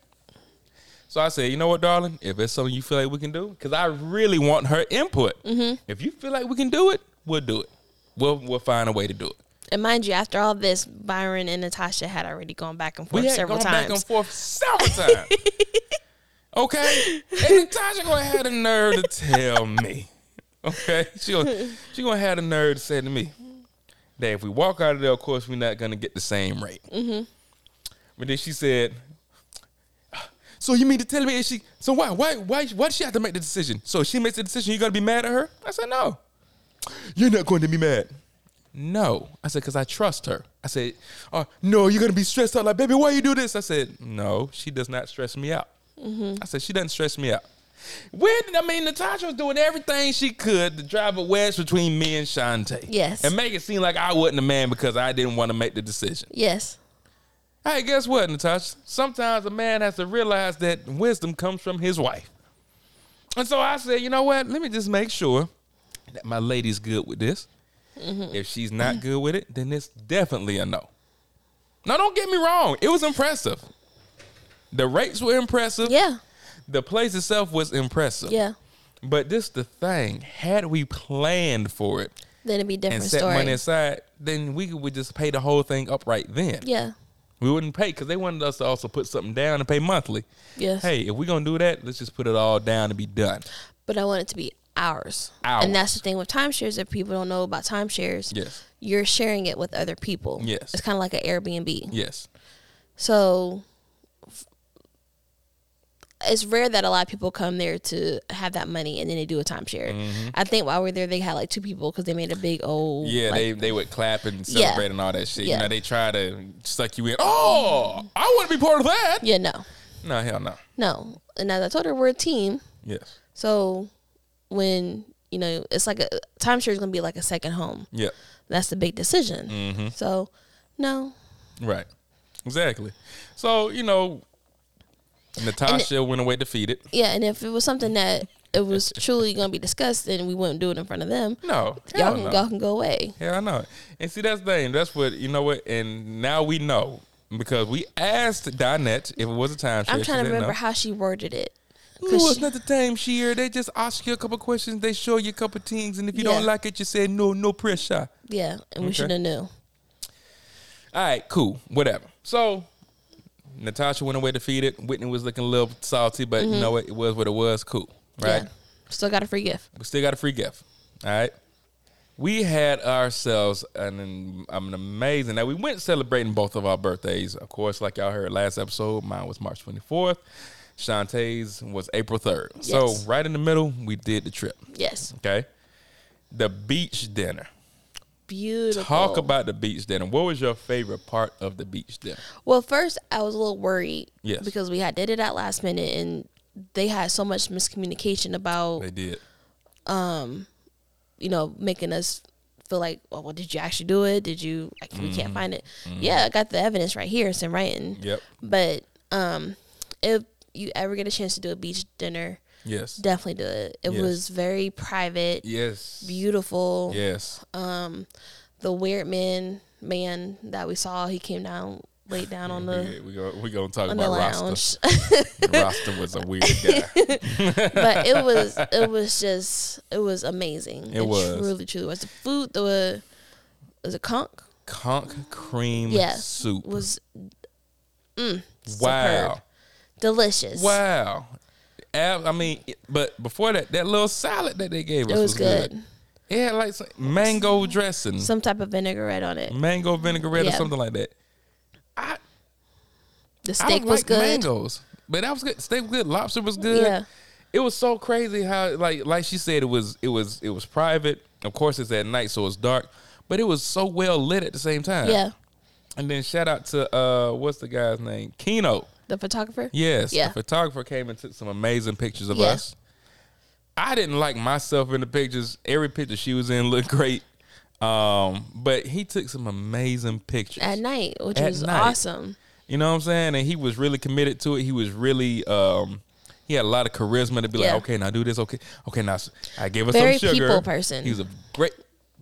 Speaker 1: So I said, you know what, darling? If it's something you feel like we can do, because I really want her input.
Speaker 2: Mm-hmm.
Speaker 1: If you feel like we can do it, we'll do it. We'll we'll find a way to do it.
Speaker 2: And mind you, after all this, Byron and Natasha had already gone back and forth
Speaker 1: We had
Speaker 2: several
Speaker 1: gone
Speaker 2: times.
Speaker 1: back and forth
Speaker 2: <laughs>
Speaker 1: several times. okay, and Natasha gonna have the nerve to tell me. Okay, she gonna, she gonna have the nerve to say to me that if we walk out of there, of course we're not gonna get the same rate.
Speaker 2: Mm-hmm.
Speaker 1: But then she said, "So you mean to tell me? Is she so why why why why does she have to make the decision? So if she makes the decision, you're gonna be mad at her?" I said, "No, you're not going to be mad." No, I said because I trust her. I said, "Oh no, you're gonna be stressed out. Like, baby, why you do this?" I said, "No, she does not stress me out." I said, "She doesn't stress me out." When I mean, Natasha was doing everything she could to drive a wedge between me and Shantae.
Speaker 2: Yes.
Speaker 1: and make it seem like I wasn't a man because I didn't want to make the decision.
Speaker 2: yes.
Speaker 1: Hey, guess what, Natasha? Sometimes a man has to realize that wisdom comes from his wife. And so I said, you know what? Let me just make sure that my lady's good with this.
Speaker 2: Mm-hmm.
Speaker 1: If she's not good with it, then it's definitely a no. Now, don't get me wrong. It was impressive. The rates were impressive.
Speaker 2: Yeah.
Speaker 1: The place itself was impressive.
Speaker 2: Yeah.
Speaker 1: But this the thing. Had we planned for it
Speaker 2: Then it'd be a
Speaker 1: and
Speaker 2: different
Speaker 1: set
Speaker 2: story.
Speaker 1: money aside, then we would just pay the whole thing up right then.
Speaker 2: yeah.
Speaker 1: We wouldn't pay because they wanted us to also put something down and pay monthly.
Speaker 2: Yes.
Speaker 1: Hey, if we're gonna do that, let's just put it all down and be done.
Speaker 2: But I want it to be ours. And that's the thing with timeshares that people don't know about timeshares.
Speaker 1: Yes.
Speaker 2: You're sharing it with other people.
Speaker 1: Yes.
Speaker 2: It's kind of like an Airbnb.
Speaker 1: Yes.
Speaker 2: So f- it's rare that a lot of people come there to have that money and then they do a timeshare. I think while we are there, they had like two people because they made a big old.
Speaker 1: Mm-hmm. Yeah,
Speaker 2: like,
Speaker 1: they they would clap and
Speaker 2: Yeah.
Speaker 1: celebrate and all that shit.
Speaker 2: Yeah.
Speaker 1: You know, they try to suck you in. Oh, I want to be part of that.
Speaker 2: Yeah, no.
Speaker 1: No, hell no.
Speaker 2: No. And as I told her, we're a team.
Speaker 1: Yes.
Speaker 2: So when, you know, it's like a timeshare is going to be like a second home.
Speaker 1: Yeah.
Speaker 2: That's the big decision.
Speaker 1: Mm-hmm.
Speaker 2: So, no.
Speaker 1: Right. Exactly. So you know, Natasha went away defeated.
Speaker 2: Yeah. And if it was something that it was truly going to be discussed, then we wouldn't do it in front of them.
Speaker 1: No.
Speaker 2: Y'all
Speaker 1: hell
Speaker 2: can,
Speaker 1: no.
Speaker 2: y'all can go away.
Speaker 1: Yeah, I know. And see, that's the thing. That's what you know. What and now we know because we asked Dinette if it was a time.
Speaker 2: I'm
Speaker 1: share. She
Speaker 2: trying to
Speaker 1: didn't
Speaker 2: remember
Speaker 1: know.
Speaker 2: how she worded it. 'Cause
Speaker 1: No, it's
Speaker 2: she-
Speaker 1: not the time share. They just ask you a couple questions. They show you a couple things, and if you don't
Speaker 2: Yeah.
Speaker 1: like it, you say no, no pressure.
Speaker 2: yeah, and we
Speaker 1: Okay.
Speaker 2: should have knew.
Speaker 1: All right, cool, whatever. So Natasha went away defeated. Whitney was looking a little salty, but you know what? It was what it was. Cool. right?
Speaker 2: Mm-hmm. Yeah. Still got a free gift.
Speaker 1: We still got a free gift. All right. We had ourselves an, an an amazing. Now we went celebrating both of our birthdays. Of course, like y'all heard last episode, mine was March 24th. Shantae's was April 3rd. So
Speaker 2: Yes.
Speaker 1: right in the middle, we did the trip.
Speaker 2: Yes.
Speaker 1: Okay. The beach dinner.
Speaker 2: Beautiful.
Speaker 1: Talk about the beach dinner. What was your favorite part of the beach dinner?
Speaker 2: Well, first I was a little worried.
Speaker 1: Yes.
Speaker 2: Because we had did it at last minute and they had so much miscommunication about
Speaker 1: They did.
Speaker 2: you know, making us feel like, oh, well, did you actually do it? Did you? I, We can't find it. Yeah, I got the evidence right here. It's in writing.
Speaker 1: Mm-hmm. Yep.
Speaker 2: But um, if you ever get a chance to do a beach dinner,
Speaker 1: Yes.
Speaker 2: definitely do it. It
Speaker 1: Yes.
Speaker 2: was very private,
Speaker 1: yes.
Speaker 2: beautiful. Uh,
Speaker 1: Yes.
Speaker 2: The weird man man that we saw, he came down, laid
Speaker 1: <laughs>
Speaker 2: down on the
Speaker 1: we, we, go, we gonna talk
Speaker 2: on the
Speaker 1: about Rasta.
Speaker 2: lounge. <laughs>
Speaker 1: Rasta was a weird guy.
Speaker 2: but it was
Speaker 1: <laughs>
Speaker 2: it was just it was amazing. It,
Speaker 1: was.
Speaker 2: truly truly was. The food the was it conch
Speaker 1: Conch cream
Speaker 2: Yeah.
Speaker 1: soup.
Speaker 2: was
Speaker 1: wow.
Speaker 2: delicious.
Speaker 1: Wow. Ab- I mean, it- but before that, that little salad that they gave us
Speaker 2: It was good.
Speaker 1: It had like some mango dressing,
Speaker 2: Some type of vinaigrette on it.
Speaker 1: mango vinaigrette or
Speaker 2: Yeah.
Speaker 1: something like that. I,
Speaker 2: The
Speaker 1: I
Speaker 2: steak
Speaker 1: don't
Speaker 2: was
Speaker 1: like
Speaker 2: good.
Speaker 1: mangoes, but that was good. Steak was good. Lobster was good.
Speaker 2: Yeah.
Speaker 1: It was so crazy how like like she said it was it was it was private. Of course, it's at night, so it's dark, but it was so well lit at the same time.
Speaker 2: Yeah.
Speaker 1: And then shout out to uh what's the guy's name? Kino.
Speaker 2: The photographer?
Speaker 1: Yes,
Speaker 2: Yeah.
Speaker 1: the photographer came and took some amazing pictures of
Speaker 2: Yeah.
Speaker 1: us. I didn't like myself in the pictures. Every picture she was in looked great, um, but he took some amazing pictures.
Speaker 2: At night, which
Speaker 1: At
Speaker 2: was
Speaker 1: night.
Speaker 2: awesome.
Speaker 1: you know what I'm saying? And he was really committed to it. He was really. Um, he had a lot of charisma to be
Speaker 2: Yeah.
Speaker 1: like, okay, now do this. Okay, okay, now s- I gave us
Speaker 2: Very
Speaker 1: some sugar.
Speaker 2: people person.
Speaker 1: He's a great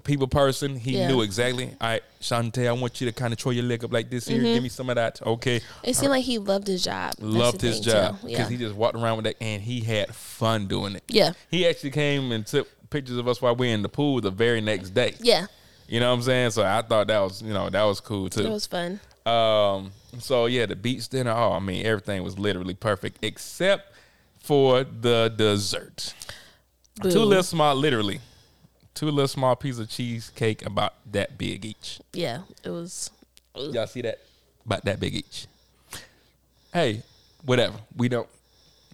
Speaker 1: people person. He
Speaker 2: Yeah.
Speaker 1: knew exactly. All right, Shantae, I want you to kind of throw your leg up like this here. Give me some of that. Okay,
Speaker 2: It seemed like he loved his job. That's
Speaker 1: loved
Speaker 2: Mm-hmm. the
Speaker 1: his
Speaker 2: thing,
Speaker 1: job
Speaker 2: too.
Speaker 1: because
Speaker 2: Yeah.
Speaker 1: he just walked around with that and he had fun doing it.
Speaker 2: yeah.
Speaker 1: He actually came and took pictures of us while we were in the pool the very next day.
Speaker 2: Yeah.
Speaker 1: You know what I'm saying? So I thought that was, you know, that was cool
Speaker 2: It
Speaker 1: too.
Speaker 2: was fun.
Speaker 1: Um, so yeah, the beach dinner. Oh, I mean, everything was literally perfect except for the dessert.
Speaker 2: Boo.
Speaker 1: Two little small, literally, two little small piece of cheesecake about that big each.
Speaker 2: Yeah. It was
Speaker 1: Y'all see that? About that big each. Hey, whatever. We don't.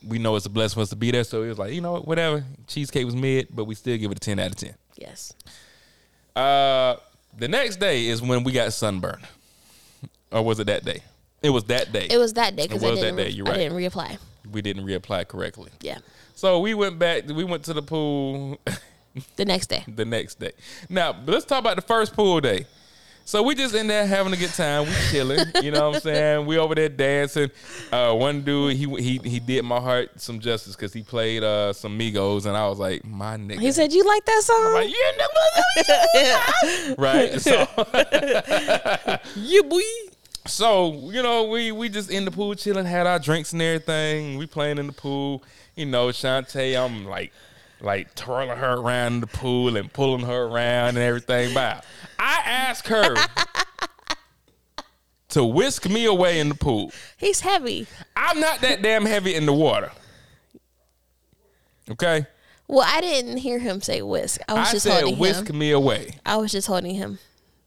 Speaker 1: We know it's a blessing for us to be there, so it was like you know what, whatever. Cheesecake was mid, but we still give it a ten out of ten.
Speaker 2: yes.
Speaker 1: Uh, the next day is when we got sunburned, or was it that day? It was that day.
Speaker 2: It was that day because
Speaker 1: It
Speaker 2: I
Speaker 1: was that
Speaker 2: didn't
Speaker 1: day, you're
Speaker 2: I
Speaker 1: right.
Speaker 2: didn't reapply.
Speaker 1: we didn't reapply correctly,
Speaker 2: Yeah.
Speaker 1: so we went back. We went to the pool <laughs>
Speaker 2: The next day.
Speaker 1: the next day. Now let's talk about the first pool day. So we just in there having a good time. We chilling, you know what I'm saying? We over there dancing. Uh, one dude, he he he did my heart some justice because he played uh, some Migos, and I was like, my nigga.
Speaker 2: He said, You like that song?
Speaker 1: Like, "You know what I'm saying?" right? So,
Speaker 2: <laughs> yeah, boy.
Speaker 1: so you know, we we just in the pool chilling, had our drinks and everything. We playing in the pool. You know, Shantae, I'm like like twirling her around in the pool and pulling her around and everything. Wow. I asked
Speaker 2: <laughs>
Speaker 1: her to whisk me away in the pool.
Speaker 2: He's heavy.
Speaker 1: I'm not that damn heavy in the water. Okay?
Speaker 2: Well, I didn't hear him say whisk. I was
Speaker 1: I
Speaker 2: just
Speaker 1: said
Speaker 2: holding
Speaker 1: whisk
Speaker 2: him.
Speaker 1: me away.
Speaker 2: I was just holding him.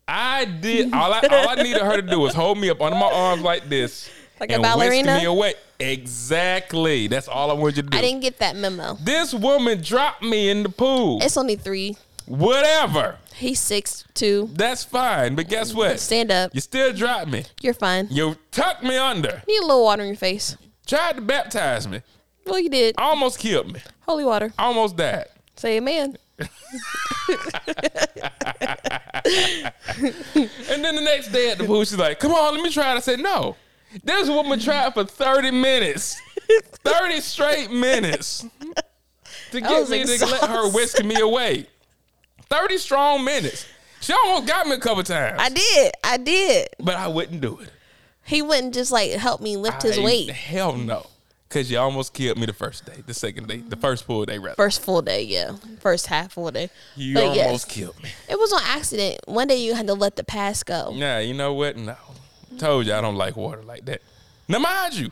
Speaker 1: I did all I all
Speaker 2: <laughs>
Speaker 1: I needed her to do was hold me up under my arms like this.
Speaker 2: Like a
Speaker 1: and whisk
Speaker 2: ballerina?
Speaker 1: me away. Exactly. That's all I wanted you to do.
Speaker 2: I didn't get that memo.
Speaker 1: this woman dropped me in the pool.
Speaker 2: It's only three.
Speaker 1: Whatever.
Speaker 2: He's six two.
Speaker 1: That's fine. But guess what?
Speaker 2: Stand up.
Speaker 1: you still dropped me.
Speaker 2: You're fine.
Speaker 1: You tucked me under.
Speaker 2: Need a little water in your face.
Speaker 1: Tried to baptize me.
Speaker 2: Well, you did.
Speaker 1: Almost killed me.
Speaker 2: Holy water.
Speaker 1: Almost died.
Speaker 2: Say amen.
Speaker 1: And then the next day at the pool, she's like, "Come on, let me try it." I said, "No." This woman tried for thirty
Speaker 2: <laughs>
Speaker 1: minutes, thirty straight minutes, to get
Speaker 2: was
Speaker 1: me to let her whisk me away. Thirty strong minutes. She almost got me a couple times,
Speaker 2: I did. I did.
Speaker 1: but I wouldn't do it.
Speaker 2: He wouldn't just like help me lift his
Speaker 1: I-
Speaker 2: weight.
Speaker 1: Hell no, because you almost killed me the first day, the second day, the first pool day rather.
Speaker 2: First full day, yeah. First half full day.
Speaker 1: you
Speaker 2: but
Speaker 1: almost
Speaker 2: yes.
Speaker 1: killed me.
Speaker 2: It was on accident. One day you had to let the past go.
Speaker 1: Mm. Nah, you know what? No, told you I don't like water like that. Now mind you,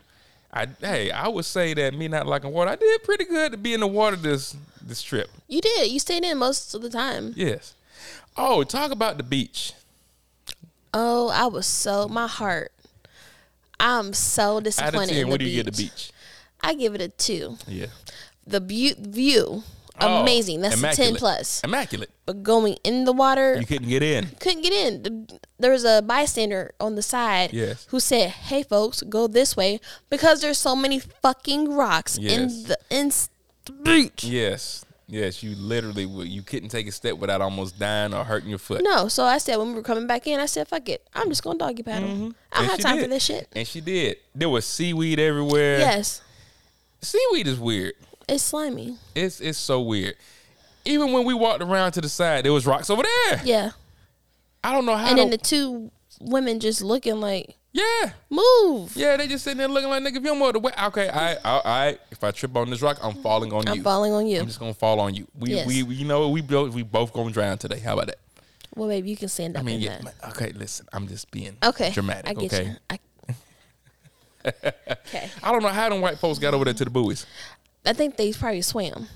Speaker 1: I hey, I would say that me not liking water, I did pretty good to be in the water this this trip.
Speaker 2: You did. You stayed in most of the time.
Speaker 1: Yes. Oh, talk about the beach.
Speaker 2: Oh, I was so my heart. I'm so
Speaker 1: Out
Speaker 2: disappointed.
Speaker 1: of ten,
Speaker 2: in the
Speaker 1: what do you get the
Speaker 2: beach.
Speaker 1: beach?
Speaker 2: I give it a two.
Speaker 1: Yeah.
Speaker 2: The bu- view,
Speaker 1: Oh,
Speaker 2: amazing. That's a ten
Speaker 1: immaculate.
Speaker 2: plus. Er.
Speaker 1: Immaculate.
Speaker 2: But going in the water,
Speaker 1: You couldn't get in.
Speaker 2: couldn't get in. The- There was a bystander on the side
Speaker 1: Yes.
Speaker 2: who said, "Hey, folks, go this way because there's so many fucking rocks in
Speaker 1: Yes.
Speaker 2: the in s- the beach."
Speaker 1: Yes. Yes, you literally would. You couldn't take a step without almost dying or hurting your foot.
Speaker 2: No, so I said when we were coming back in, I said, "Fuck it, I'm just gonna doggy paddle. I don't
Speaker 1: And
Speaker 2: have
Speaker 1: she
Speaker 2: time for
Speaker 1: Mm-hmm. did.
Speaker 2: this shit."
Speaker 1: And she did. There was seaweed everywhere.
Speaker 2: Yes,
Speaker 1: Seaweed is weird.
Speaker 2: it's slimy.
Speaker 1: It's it's so weird. Even when we walked around to the side, there was rocks over there.
Speaker 2: Yeah,
Speaker 1: I don't know how.
Speaker 2: and then
Speaker 1: to-
Speaker 2: the two women just looking like
Speaker 1: yeah,
Speaker 2: move.
Speaker 1: yeah, they just sitting there looking like nigga. If you don't know the way, okay, I, I, I, if I trip on this rock, I'm falling on
Speaker 2: I'm
Speaker 1: you.
Speaker 2: falling on you.
Speaker 1: I'm just gonna fall on you. We,
Speaker 2: Yes.
Speaker 1: we, we- you know, what? we both, we both gonna drown today. How about that?
Speaker 2: well, baby, you can stand up.
Speaker 1: I mean,
Speaker 2: in
Speaker 1: yeah.
Speaker 2: that.
Speaker 1: Okay, listen, I'm just being
Speaker 2: Okay,
Speaker 1: dramatic.
Speaker 2: I get
Speaker 1: okay,
Speaker 2: you.
Speaker 1: <laughs>
Speaker 2: I- okay.
Speaker 1: I don't know how them white folks got over there to the buoys.
Speaker 2: I think they probably swam.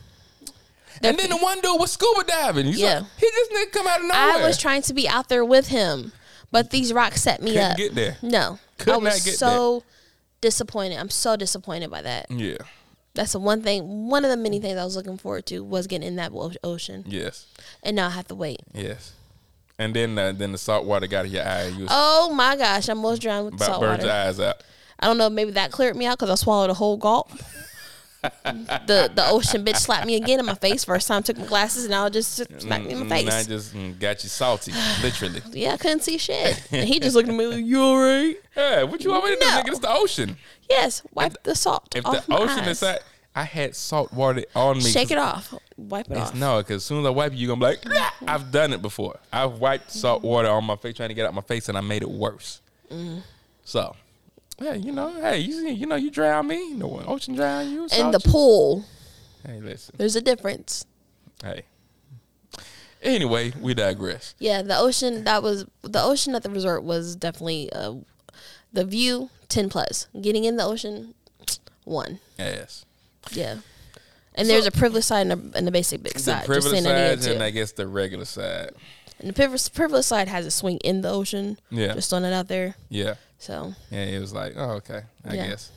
Speaker 1: And then the one dude was scuba diving. You
Speaker 2: Yeah.
Speaker 1: saw, he just didn't come out of nowhere.
Speaker 2: I was trying to be out there with him, but these rocks set me
Speaker 1: Couldn't
Speaker 2: up.
Speaker 1: get there.
Speaker 2: No,
Speaker 1: Could
Speaker 2: I was
Speaker 1: not get Mm.
Speaker 2: so disappointed. I'm so disappointed by that.
Speaker 1: yeah.
Speaker 2: That's the one thing, one of the many things I was looking forward to was getting in that wo- ocean,
Speaker 1: Yes.
Speaker 2: and now I have to wait.
Speaker 1: Yes. And then, uh, then the salt water got in your eye. You was
Speaker 2: Oh my gosh, I almost drowned with
Speaker 1: about
Speaker 2: salt
Speaker 1: burned your
Speaker 2: water.
Speaker 1: eyes out.
Speaker 2: I don't know, maybe that cleared me out because I swallowed a
Speaker 1: <laughs>
Speaker 2: whole gulp. the the ocean bitch slapped me again in my face first time. Took my glasses and I'll just smack me in
Speaker 1: Mm,
Speaker 2: my
Speaker 1: I
Speaker 2: face.
Speaker 1: just mm, got you salty, <laughs> literally.
Speaker 2: Yeah, I couldn't
Speaker 1: <laughs>
Speaker 2: see shit. And he just looked at me like, "You alright?"
Speaker 1: Yeah, what you want me to do?
Speaker 2: No.
Speaker 1: Nigga, it's the ocean.
Speaker 2: Yes, wipe the salt
Speaker 1: If
Speaker 2: off
Speaker 1: the
Speaker 2: my
Speaker 1: ocean
Speaker 2: eyes.
Speaker 1: is out, I had salt water on me.
Speaker 2: Shake it off. Wipe it off.
Speaker 1: No, because as soon as I wipe you, you're going to be like, "Ah." I've done it before. I've wiped salt water on my face trying to get out my face, and I made it worse. Mm-hmm. So, yeah, you know, hey, you see, you know, you drown me. No one ocean drown you.
Speaker 2: In
Speaker 1: salt
Speaker 2: the
Speaker 1: you.
Speaker 2: pool,
Speaker 1: Hey, listen.
Speaker 2: there's a difference.
Speaker 1: Hey. Anyway, we digress.
Speaker 2: Yeah, the ocean that was the ocean at the resort was definitely uh, the view ten plus. Getting in the ocean, one.
Speaker 1: Yes.
Speaker 2: Yeah, and there's a privileged side and a, and a basic big
Speaker 1: The
Speaker 2: side. just
Speaker 1: privileged
Speaker 2: saying I
Speaker 1: side
Speaker 2: needed
Speaker 1: and
Speaker 2: to.
Speaker 1: I guess the regular side.
Speaker 2: and the privileged privileged side has a swing in the ocean.
Speaker 1: Yeah.
Speaker 2: just throwing it out there.
Speaker 1: Yeah.
Speaker 2: So
Speaker 1: Yeah, it was like, oh, okay, I
Speaker 2: Yeah.
Speaker 1: guess.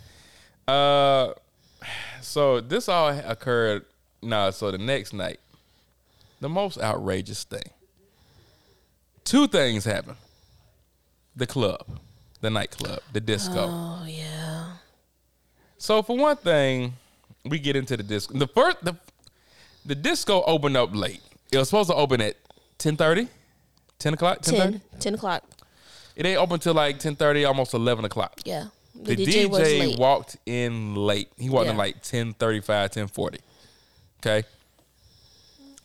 Speaker 1: Uh, so this all occurred. No, so the next night, the most outrageous thing. Two things happened. The club, the nightclub, the disco.
Speaker 2: oh yeah,
Speaker 1: So for one thing, we get into the disco. The first, the the disco opened up late. It was supposed to open at 10.30, 10 o'clock, 10.30.
Speaker 2: 10, 10 o'clock.
Speaker 1: It ain't open till like 10.30, almost 11 o'clock
Speaker 2: Yeah,
Speaker 1: the, DJ, walked in late. He walked in
Speaker 2: Yeah.
Speaker 1: like 1035, 1040. Okay.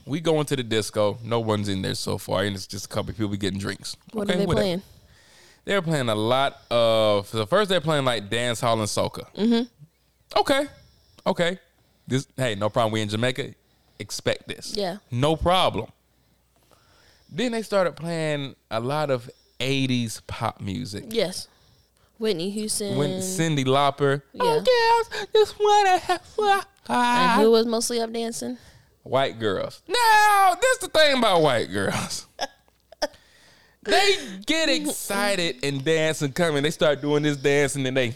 Speaker 1: We go into the disco. No one's in there so far, and it's just a couple of people getting drinks.
Speaker 2: What
Speaker 1: Okay,
Speaker 2: are they
Speaker 1: whatever.
Speaker 2: playing?
Speaker 1: They're playing a lot of. So first, they're playing like dance hall and soca. Mm-hmm. Okay, okay. This hey, no problem. We in Jamaica. Expect this.
Speaker 2: Yeah.
Speaker 1: No problem. Then they started playing a lot of '80s pop music
Speaker 2: Yes, Whitney Houston.
Speaker 1: when Cindy Lauper.
Speaker 2: Yeah.
Speaker 1: Oh, girls, just wanna have fun.
Speaker 2: and who was mostly up dancing?
Speaker 1: White girls. Now, this the thing about white
Speaker 2: <laughs>
Speaker 1: girls. they get excited and dance and come and they start doing this dance and then
Speaker 2: <laughs>
Speaker 1: they.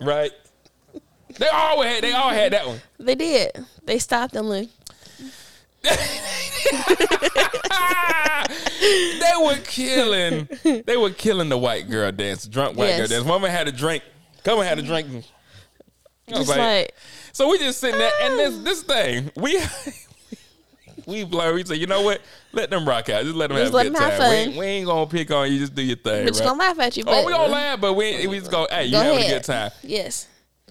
Speaker 1: right? They all had they all had that one.
Speaker 2: They did. They stopped and looked.
Speaker 1: They were killing they were killing the white girl dance, drunk white girl
Speaker 2: Yes.
Speaker 1: dance. One woman had a drink. Come and had a drink. and- I was
Speaker 2: Just like,
Speaker 1: So we just sitting there, and
Speaker 2: Ah.
Speaker 1: this this thing we <laughs> we blow. We say, you know what? Let them rock out. Just let them
Speaker 2: Just
Speaker 1: have
Speaker 2: let
Speaker 1: a good
Speaker 2: them
Speaker 1: time.
Speaker 2: have
Speaker 1: We
Speaker 2: fun.
Speaker 1: ain't, we ain't gonna pick on you. Just do your thing.
Speaker 2: bitch
Speaker 1: right?
Speaker 2: gonna laugh at you. But
Speaker 1: oh, we gonna laugh, but we ain't- we just go. Hey, you
Speaker 2: Go
Speaker 1: having a
Speaker 2: ahead.
Speaker 1: good time?
Speaker 2: Yes.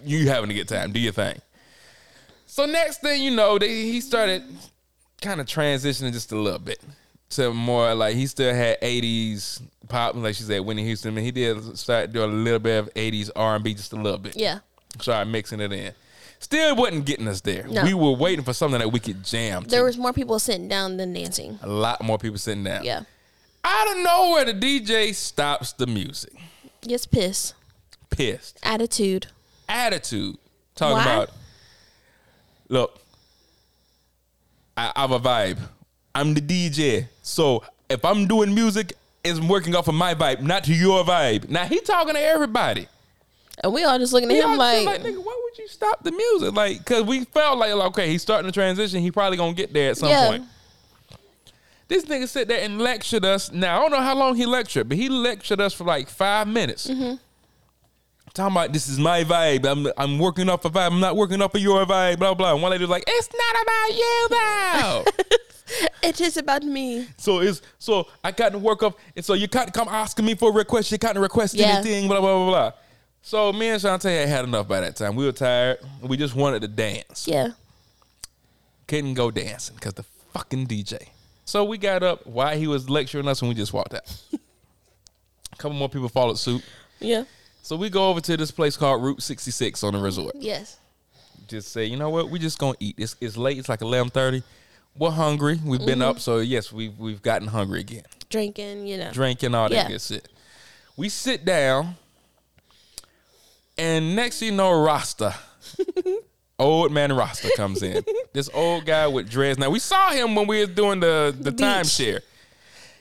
Speaker 1: You having a good time? Do your thing. So next thing you know, they, he started kind of transitioning just a little bit to more like he still had '80s pop, like she said, Whitney Houston, and he did start doing a little bit of '80s R&B, just a little bit.
Speaker 2: Yeah.
Speaker 1: Started mixing it in. Still wasn't getting us there.
Speaker 2: No.
Speaker 1: We were waiting for something that we could jam.
Speaker 2: There
Speaker 1: to.
Speaker 2: was more people sitting down than dancing.
Speaker 1: a lot more people sitting down.
Speaker 2: Yeah.
Speaker 1: Out of nowhere, the DJ stops the music.
Speaker 2: Gets pissed.
Speaker 1: Pissed.
Speaker 2: Attitude.
Speaker 1: Attitude. Talking
Speaker 2: Why?
Speaker 1: about. Look, I I have a vibe. I'm the DJ, so if I'm doing music, it's working off of my vibe, not to your vibe. Now he talking to everybody.
Speaker 2: And we all just looking at
Speaker 1: Yeah,
Speaker 2: him
Speaker 1: I'm
Speaker 2: like,
Speaker 1: just nigga, why would you stop the music? Like, cause we felt like, like, okay, he's starting to transition. He probably gonna get there at some
Speaker 2: Yeah.
Speaker 1: point. This nigga sit there and lectured us. Now I don't know how long he lectured, but he lectured us for like five minutes.
Speaker 2: Mm-hmm.
Speaker 1: Talking about this is my vibe. I'm I'm working off a vibe. I'm not working off of your vibe. Blah blah. And one lady was like, "It's not about you though."
Speaker 2: it is about me.
Speaker 1: so it's so I got to work off. And so you can't come asking me for a request. You can't request
Speaker 2: Yeah.
Speaker 1: anything. Blah blah blah blah. So me and Shantae had had enough by that time. We were tired. We just wanted to dance.
Speaker 2: Yeah.
Speaker 1: Couldn't go dancing because the fucking DJ. So we got up while he was lecturing us, and we just walked out.
Speaker 2: <laughs>
Speaker 1: a couple more people followed suit.
Speaker 2: Yeah.
Speaker 1: So we go over to this place called Route 66 on the resort.
Speaker 2: Yes.
Speaker 1: Just say, you know what? We just gonna eat. It's, it's late. It's like 11:30. We're hungry. We've been
Speaker 2: Mm-hmm.
Speaker 1: up, so yes, we've we've gotten hungry again.
Speaker 2: Drinking, you know.
Speaker 1: drinking, all that
Speaker 2: Yeah.
Speaker 1: good shit. We sit down, and next thing you know,
Speaker 2: <laughs>
Speaker 1: Rasta, old man Rasta comes in. this old guy with dreads. Now we saw him when we was doing the the
Speaker 2: Beach.
Speaker 1: timeshare.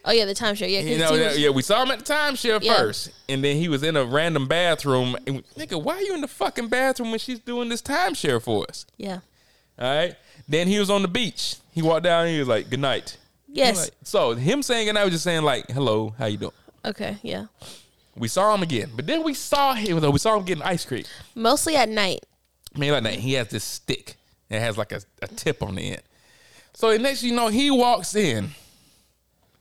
Speaker 2: Oh yeah, the timeshare. Yeah, 'cause
Speaker 1: You know,
Speaker 2: <laughs> he
Speaker 1: yeah,
Speaker 2: was-
Speaker 1: yeah, we saw him at the timeshare
Speaker 2: Yeah.
Speaker 1: first, and then he was in a random bathroom. And we- nigga, why are you in the fucking bathroom when she's doing this timeshare for us?
Speaker 2: yeah.
Speaker 1: All right. Then he was on the beach. He walked down. and He was like, "Good night."
Speaker 2: Yes.
Speaker 1: Like, so him saying good night was just saying like, "Hello, how you doing?"
Speaker 2: okay. Yeah.
Speaker 1: We saw him again, but then we saw him. Though we saw him getting ice cream.
Speaker 2: Mostly at night.
Speaker 1: Man, like that, he has this stick that has like a, a tip on the end. So the next, thing you know, he walks in,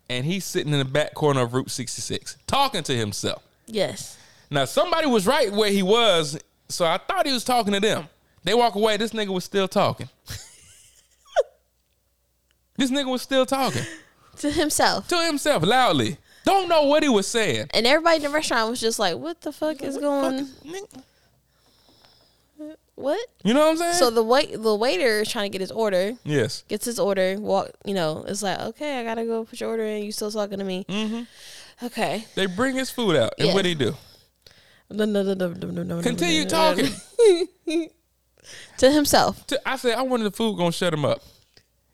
Speaker 1: and he's sitting in the back corner of Route 66, talking to himself.
Speaker 2: Yes.
Speaker 1: Now somebody was right where he was, so I thought he was talking to them. They walk away. This nigga was still talking. <laughs> this nigga was still talking
Speaker 2: To himself.
Speaker 1: to himself loudly. Don't know what he was saying.
Speaker 2: And everybody in the restaurant was just like, What the fuck is going
Speaker 1: Nigga,
Speaker 2: what?
Speaker 1: You know what I'm saying?
Speaker 2: So the wait the waiter is trying to get his order.
Speaker 1: yes.
Speaker 2: Gets his order, walk you know, it's like, Okay, I gotta go put your order in, you still talking to me. Mm-hmm. Okay.
Speaker 1: They bring his food out, and
Speaker 2: Yeah.
Speaker 1: what he do? Continue
Speaker 2: Continue
Speaker 1: talking.
Speaker 2: <laughs> to himself.
Speaker 1: T- I said, I wanted the food gonna shut him up.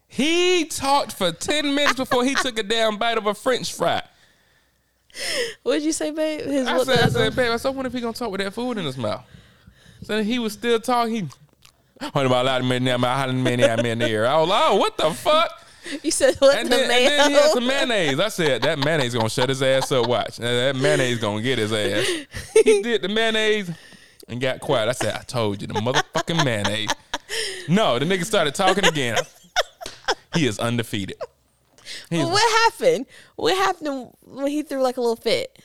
Speaker 1: He talked for ten minutes before he took a damn bite of a French fry.
Speaker 2: What'd you say, babe? His
Speaker 1: I
Speaker 2: what-
Speaker 1: said, I said, babe, I said, I wonder if he gonna talk with that food in his mouth. So he was still talking. He, what about a lot of men now? How many I'm in there? I was like, oh, what the fuck?
Speaker 2: you said what
Speaker 1: And
Speaker 2: the
Speaker 1: then,
Speaker 2: mayo?
Speaker 1: and then he had some mayonnaise. I said that mayonnaise gonna shut his ass up. Watch, Now, that mayonnaise gonna get his ass.
Speaker 2: <laughs>
Speaker 1: He did the mayonnaise and got quiet. I said, I told you the motherfucking mayonnaise. No, the nigga started talking again. He is undefeated. He is-
Speaker 2: But what happened? What happened when he threw like a little fit?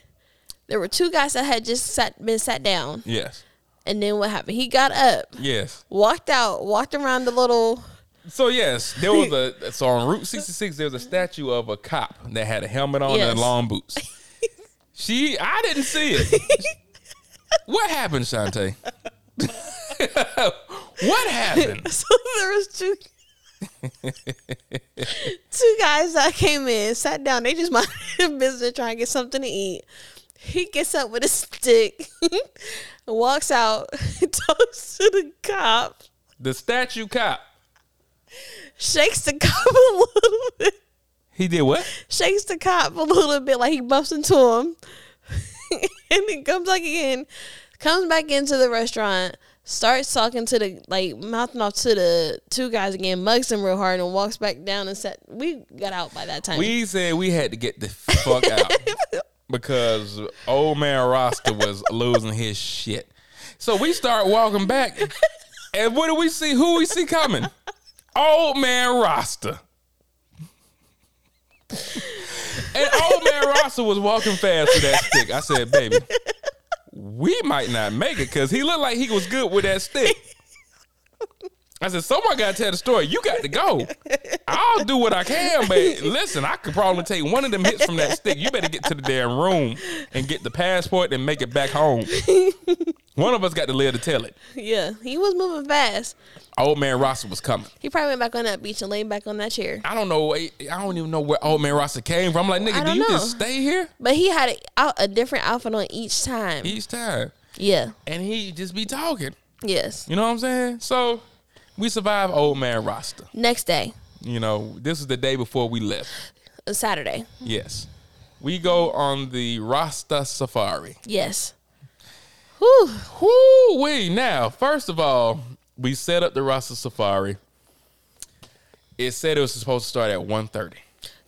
Speaker 2: There were two guys that had just sat been sat down,
Speaker 1: yes,
Speaker 2: and then what happened? He got up,
Speaker 1: yes.
Speaker 2: walked out, walked around the little.
Speaker 1: So yes, there was a so on Route 66 there was a statue of a cop that had a helmet on
Speaker 2: Yes.
Speaker 1: and long boots. She, I didn't see
Speaker 2: <laughs>
Speaker 1: it. what happened, Shantae? <laughs> what happened?
Speaker 2: <laughs> So there was two. <laughs> two guys that came in, sat down. They just minded <laughs> their business, trying to get something to eat. He gets up with a stick, <laughs> walks out, <laughs> talks to the cop,
Speaker 1: The statue cop.
Speaker 2: shakes the <laughs> cop a little bit.
Speaker 1: He did what?
Speaker 2: shakes the cop a little bit, like he bumps into him, <laughs> and then comes back again, comes back into the restaurant, starts talking to the like mouthing off to the two guys again, mugs him real hard, and walks back down and said, "We got out by that time."
Speaker 1: We said we had to get the fuck out <laughs> because old man Rasta was losing his shit. So we start walking back, and what do we see? Who we see coming? Old man Rasta. And old man Rasta was walking fast with that stick. I said, baby, we might not make it because he looked like he was good with that stick. I said, someone got to tell the story. You got to go. I'll do what I can, but listen, I could probably take one of them hits from that stick. You better get to the damn room and get the passport and make it back home. One of us got to live to tell it.
Speaker 2: <laughs> Yeah, he was moving fast.
Speaker 1: Old man Rosser was coming.
Speaker 2: He probably went back on that beach and laid back on that chair.
Speaker 1: I don't know. eh, I don't even know where old man Rosser came from. I'm like, nigga,
Speaker 2: I
Speaker 1: do
Speaker 2: don't
Speaker 1: you
Speaker 2: know.
Speaker 1: just stay here
Speaker 2: But he had a, out- a different outfit on each time.
Speaker 1: each time?
Speaker 2: yeah.
Speaker 1: And he just be talking.
Speaker 2: Yes.
Speaker 1: You know what I'm saying? So we survived old man Rosser.
Speaker 2: Next day,
Speaker 1: You know, this is the day before we left.
Speaker 2: a Saturday.
Speaker 1: Yes. We go on the Rasta Safari.
Speaker 2: Yes. Whew.
Speaker 1: Whoo wee. Now, first of all, we set up the Rasta Safari. It said it was supposed to start at 1.30.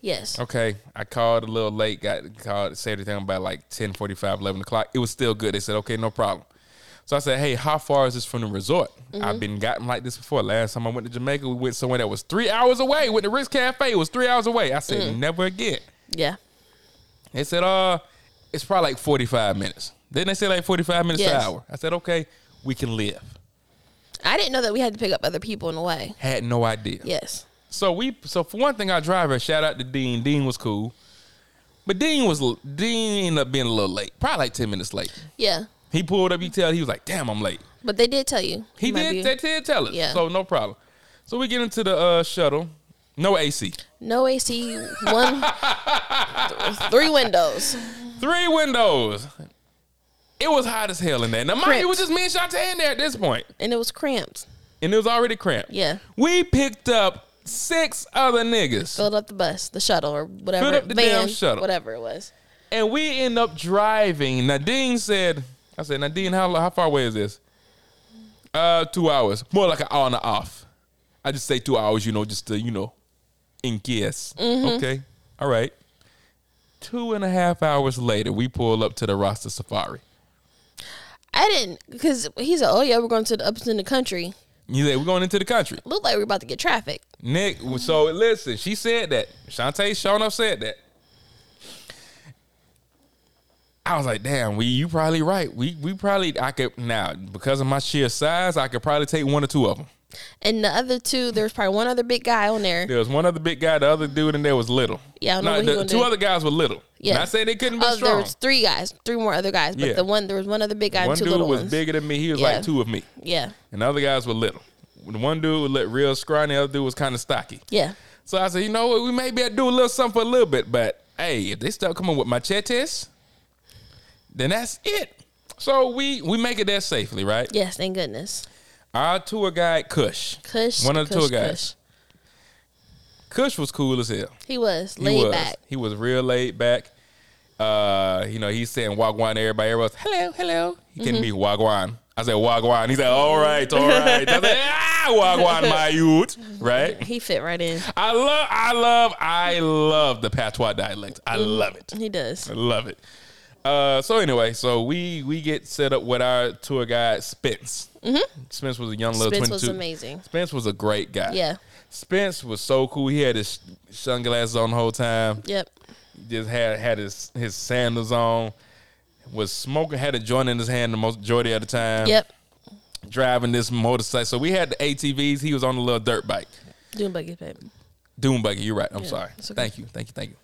Speaker 2: Yes.
Speaker 1: Okay. I called a little late, got called, said everything about like 10.45, 11 o'clock. It was still good. They said, okay, no problem. So I said, hey, how far is this from the resort? I've been gotten like this before. Last time I went to Jamaica, we went somewhere that was three hours away. Went to Ritz Cafe. It was three hours away. I said, never again.
Speaker 2: Yeah.
Speaker 1: They said, uh, it's probably like 45 minutes. Then they said like 45 minutes
Speaker 2: Yes.
Speaker 1: to an hour. I said, okay, we can live.
Speaker 2: I didn't know that we had to pick up other people in the way.
Speaker 1: Had no idea.
Speaker 2: Yes.
Speaker 1: So we so for one thing, our driver, shout out to Dean. Dean was cool. But Dean was l- Dean ended up being a little late. Probably like 10 minutes late.
Speaker 2: Yeah.
Speaker 1: He pulled up, you tell he was like, damn, I'm late.
Speaker 2: But they did tell you.
Speaker 1: He
Speaker 2: You might
Speaker 1: did
Speaker 2: be-
Speaker 1: they did tell us.
Speaker 2: Yeah.
Speaker 1: So no problem. So we get into the uh shuttle. No AC.
Speaker 2: no AC, one, th- three windows.
Speaker 1: Three windows. It was hot as hell in there. Now, mind you, it was just me and Shantae in there at this point.
Speaker 2: And it was cramped.
Speaker 1: and it was already cramped.
Speaker 2: Yeah.
Speaker 1: We picked up six other niggas
Speaker 2: Filled up the bus, the shuttle, or whatever.
Speaker 1: Filled up the damn
Speaker 2: van,
Speaker 1: shuttle.
Speaker 2: Whatever it was.
Speaker 1: and we end up driving. Nadine said, I said, Nadine, how, how far away is this? Uh, two hours. More like an hour and a half. I just say two hours, you know, just to, you know, in case. Okay. All right. Two and a half hours later, we pull up to the Rasta Safari.
Speaker 2: I didn't, because he's like, oh, yeah, we're going to the ups in the country.
Speaker 1: You said, we're going into the country.
Speaker 2: Looked like we were about to get traffic.
Speaker 1: Nick, so listen, she said that. Shantae showing up said that. I was like, damn, we you probably right. We we probably I could now because of my sheer size, I could probably take one or two of them.
Speaker 2: And the other two, there was probably one other big guy on there.
Speaker 1: There was one other big guy, the other dude in there was little.
Speaker 2: Yeah, I don't know
Speaker 1: no,
Speaker 2: what he
Speaker 1: the
Speaker 2: gonna
Speaker 1: two
Speaker 2: do.
Speaker 1: other guys were little.
Speaker 2: Yeah.
Speaker 1: not saying they couldn't be
Speaker 2: Oh, there
Speaker 1: strong.
Speaker 2: was three guys, three more other guys, but
Speaker 1: Yeah.
Speaker 2: the one there was one other big guy,
Speaker 1: One
Speaker 2: and two
Speaker 1: dude
Speaker 2: little
Speaker 1: was
Speaker 2: ones.
Speaker 1: bigger than me. He was
Speaker 2: Yeah.
Speaker 1: like two of me,
Speaker 2: Yeah,
Speaker 1: and the other guys were little. The one dude was like real scrawny, the other dude was kind of stocky.
Speaker 2: yeah,
Speaker 1: So I said, you know what, we may be able to do a little something for a little bit, but hey, if they start coming with machetes, then that's it. So we we make it there safely, right?
Speaker 2: yes. Thank goodness.
Speaker 1: Our tour guide Kush.
Speaker 2: Kush,
Speaker 1: One of the tour
Speaker 2: Kush,
Speaker 1: guys.
Speaker 2: Kush.
Speaker 1: Kush was cool as hell.
Speaker 2: He was
Speaker 1: He
Speaker 2: laid
Speaker 1: was.
Speaker 2: back.
Speaker 1: He was real laid back. Uh, you know, he's saying wagwan to everybody. Everybody's hello, hello. He
Speaker 2: Mm-hmm.
Speaker 1: couldn't be wagwan. I said wagwan. He said, all right,
Speaker 2: <laughs>
Speaker 1: all right. I said, ah, wagwan, my youth. Right?
Speaker 2: He fit right in.
Speaker 1: I love, I love, I love the patois dialect. I
Speaker 2: Mm-hmm.
Speaker 1: love it.
Speaker 2: He does.
Speaker 1: I <laughs> love it. Uh, so anyway, so we we get set up with our tour guide Spence. Spence was a young little
Speaker 2: Mm-hmm. Spence
Speaker 1: 22.
Speaker 2: was amazing.
Speaker 1: Spence was a great guy.
Speaker 2: Yeah.
Speaker 1: Spence was so cool. He had his sunglasses on the whole time.
Speaker 2: Yep.
Speaker 1: Just had had his his sandals on. Was smoking. Had a joint in his hand the most majority of the time.
Speaker 2: Yep.
Speaker 1: Driving this motorcycle. So we had the ATVs. He was on a little dirt bike.
Speaker 2: Doing buggy pit.
Speaker 1: Doom buggy. You're right. I'm sorry.
Speaker 2: it's okay.
Speaker 1: Thank you. Thank you. Thank you.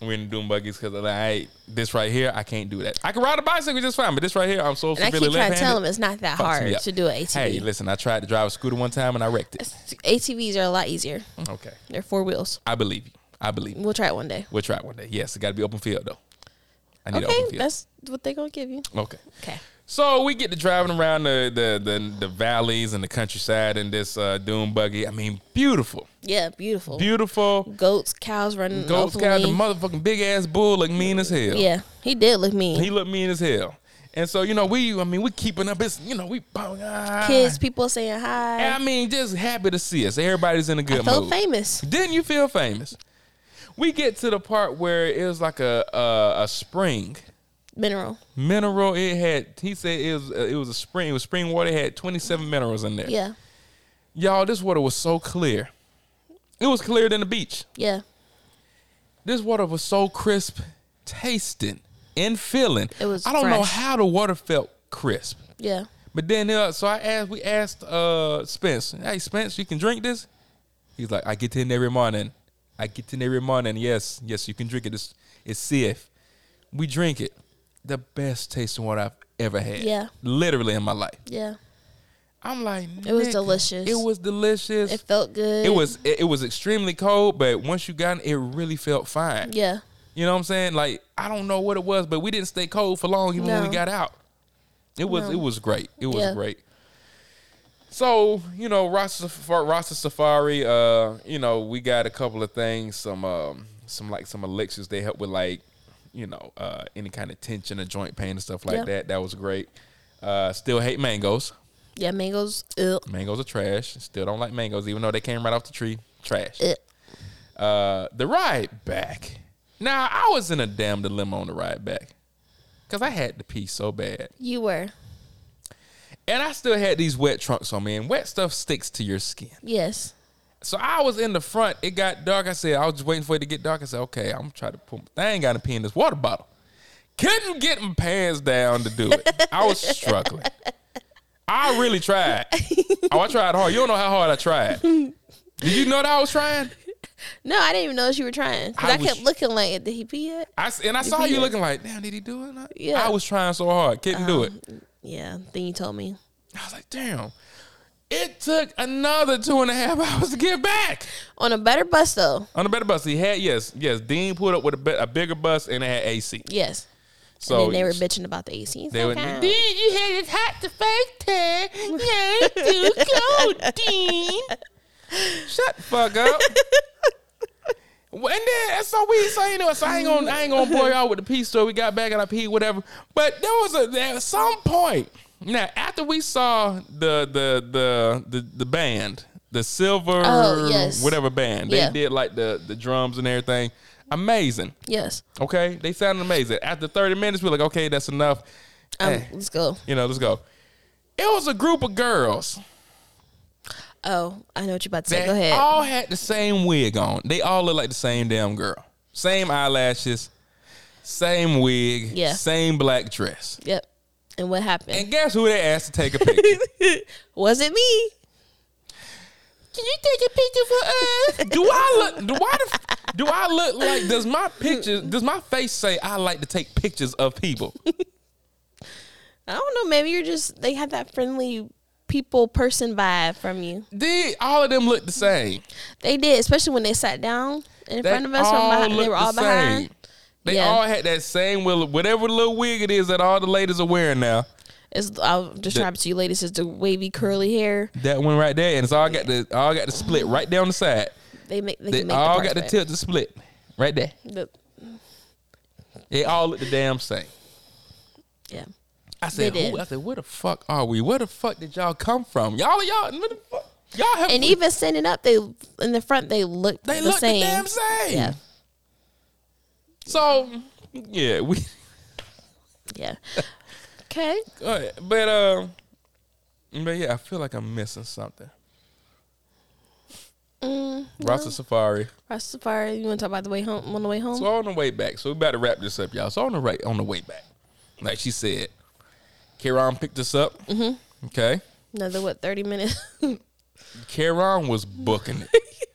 Speaker 1: We're in doom buggies because like, I this right here, I can't do that. I can ride a bicycle just fine, but this right here, I'm so
Speaker 2: And I
Speaker 1: severely
Speaker 2: keep trying to
Speaker 1: left-handed.
Speaker 2: tell him it's not that
Speaker 1: fucks me
Speaker 2: hard
Speaker 1: up.
Speaker 2: to do an ATV.
Speaker 1: Hey, listen, I tried to drive a scooter one time and I wrecked it.
Speaker 2: ATVs are a lot easier.
Speaker 1: Okay,
Speaker 2: They're four wheels.
Speaker 1: I believe you. I believe you.
Speaker 2: We'll try it one day.
Speaker 1: We'll try it one day. Yes, it got to be open field though. I need open
Speaker 2: Okay,
Speaker 1: field.
Speaker 2: that's what they're gonna give you.
Speaker 1: okay.
Speaker 2: Okay.
Speaker 1: So we get to driving around the the the, the valleys and the countryside in this uh, doom buggy. I mean, beautiful,
Speaker 2: Yeah, beautiful.
Speaker 1: beautiful.
Speaker 2: Goats, cows running.
Speaker 1: Goats
Speaker 2: off
Speaker 1: got the
Speaker 2: lean.
Speaker 1: motherfucking big ass bull look mean as hell.
Speaker 2: Yeah, he did look mean.
Speaker 1: He looked mean as hell. And so, you know, we, I mean, we keeping up. It's, you know, we, ah.
Speaker 2: Kids, people saying hi.
Speaker 1: I mean, just happy to see us. Everybody's in a good
Speaker 2: I felt
Speaker 1: mood.
Speaker 2: famous.
Speaker 1: Didn't you feel famous? We get to the part where it was like a a, a spring
Speaker 2: Mineral.
Speaker 1: mineral. It had he said it was uh, it was a spring. It was spring water. It had twenty seven minerals in there.
Speaker 2: Yeah.
Speaker 1: Y'all, this water was so clear. It was clearer than the beach.
Speaker 2: Yeah.
Speaker 1: This water was so crisp, tasting and feeling.
Speaker 2: It was
Speaker 1: I don't know
Speaker 2: fresh.
Speaker 1: how the water felt crisp.
Speaker 2: Yeah.
Speaker 1: But then, uh, so I asked, we asked uh, Spence, hey, Spence, you can drink this? He's like, I get in every morning. I get in every morning. Yes, yes, you can drink it. It's, it's safe. We drink it. the best tasting water I've ever had.
Speaker 2: Yeah.
Speaker 1: Literally in my life.
Speaker 2: Yeah.
Speaker 1: I'm like,
Speaker 2: It was
Speaker 1: "Nigga,
Speaker 2: delicious.
Speaker 1: It was delicious.
Speaker 2: It
Speaker 1: It,
Speaker 2: felt good.
Speaker 1: was it, it was extremely cold, but once you got in, it really felt fine.
Speaker 2: Yeah.
Speaker 1: You know what I'm saying? Like I don't know what it was, but we didn't stay cold for long even when
Speaker 2: No.
Speaker 1: we got out. It was
Speaker 2: No.
Speaker 1: it was great. It was
Speaker 2: Yeah.
Speaker 1: great. So, you know, Rasta Saf- Rasta Safari, uh, you know, we got a couple of things, some um some like some elixirs they help with like, you know, uh any kind of tension or joint pain and stuff like
Speaker 2: Yeah.
Speaker 1: that. That was great. Uh still hate mangoes.
Speaker 2: Yeah, mangoes. Ugh.
Speaker 1: Mangoes are trash. Still don't like mangoes, even though they came right off the tree. Trash.
Speaker 2: Ugh.
Speaker 1: Uh, the ride back. Now I was in a damn dilemma on the ride back, cause I had to pee so bad,
Speaker 2: You were.
Speaker 1: and I still had these wet trunks on me, and wet stuff sticks to your skin.
Speaker 2: Yes.
Speaker 1: So I was in the front. It got dark. I said I was just waiting for it to get dark. I said, okay, I'm trying to put my thing out and pee in this water bottle. Couldn't get my pants down to do it. I was struggling. I really tried. Oh, I tried hard. You don't know how hard I tried. Did you know that I was trying?
Speaker 2: No, I didn't even know you were trying. Because
Speaker 1: I
Speaker 2: I,
Speaker 1: was-
Speaker 2: kept looking like, did he pee yet?
Speaker 1: I s and I saw
Speaker 2: he
Speaker 1: you
Speaker 2: did.
Speaker 1: looking like, damn, did he do it? And I-
Speaker 2: Yeah. Um,
Speaker 1: I was trying so hard, couldn't do it.
Speaker 2: Yeah. Then you told me.
Speaker 1: I was like, damn. It took another two and a half <laughs> hours to get back
Speaker 2: On a better bus, though.
Speaker 1: on a better bus. He had yes, yes. Dean pulled up with a, be- a bigger bus and it had AC.
Speaker 2: Yes.
Speaker 1: So
Speaker 2: and then they were bitching about the AC. It's
Speaker 1: They
Speaker 2: not
Speaker 1: would-
Speaker 2: count.
Speaker 1: Dean, you had it hot to fake <laughs> there. Yeah, it's too cold, Dean. Shut the fuck up. Well, And then so we so anyway, so I ain't gonna I ain't gonna bore y'all with the pee story. We got back and I peed, whatever. But there was a at some point. Now after we saw the the the the, the band, the silver
Speaker 2: Oh, yes.
Speaker 1: whatever band, they
Speaker 2: Yeah.
Speaker 1: did like the the drums and everything. Amazing.
Speaker 2: Yes.
Speaker 1: Okay, they sounded amazing. After thirty minutes, we're like, okay, that's enough.
Speaker 2: Um,
Speaker 1: Eh,
Speaker 2: Let's go.
Speaker 1: you know, let's go. It was a group of girls
Speaker 2: Oh, I know what you're about to say.
Speaker 1: that
Speaker 2: Go ahead.
Speaker 1: all had the same wig on. They all look like the same damn girl. Same eyelashes, same wig,
Speaker 2: Yeah.
Speaker 1: same black dress.
Speaker 2: yep. And what happened?
Speaker 1: And guess who they asked to take <laughs> a picture?
Speaker 2: was it me?
Speaker 1: Can you take a picture for us? Do I look? Do I? The, f- do I look like? Does my picture? Does my face say I like to take pictures of people?
Speaker 2: I don't know. Maybe you're just they had that friendly people person vibe from you.
Speaker 1: Did all of them look the same?
Speaker 2: They did, especially when they sat down in
Speaker 1: They
Speaker 2: front of us. From behind,
Speaker 1: look
Speaker 2: they were all
Speaker 1: the
Speaker 2: behind.
Speaker 1: same. They
Speaker 2: Yeah.
Speaker 1: all had that same will- whatever little wig it is that all the ladies are wearing now.
Speaker 2: It's, I'll describe it to you, ladies. Is the wavy curly hair?
Speaker 1: That one right there, and it's all got the all got the split right down the side.
Speaker 2: They make they,
Speaker 1: They
Speaker 2: can make
Speaker 1: all
Speaker 2: the
Speaker 1: got the
Speaker 2: parts
Speaker 1: tilt the split right there.
Speaker 2: better.
Speaker 1: They all look the damn same.
Speaker 2: The- yeah,
Speaker 1: I said,
Speaker 2: They did.
Speaker 1: who? I said, where the fuck are we? Where the fuck did y'all come from? Y'all, y'all, where the fuck? Y'all have
Speaker 2: and even standing up, they in the front they looked
Speaker 1: they
Speaker 2: the
Speaker 1: look
Speaker 2: same.
Speaker 1: the damn same.
Speaker 2: Yeah,
Speaker 1: So yeah, we.
Speaker 2: yeah. Okay,
Speaker 1: Uh, but um, but yeah, I feel like I'm missing something. Rasta Safari.
Speaker 2: Rasta Safari. You want to talk about the way home? On the way home,
Speaker 1: So on the way back, so we about to wrap this up, y'all. So on the right, on the way back, like she said, Kieran picked us up. Mm-hmm. Okay,
Speaker 2: another what thirty minutes? <laughs>
Speaker 1: Kieran was booking it.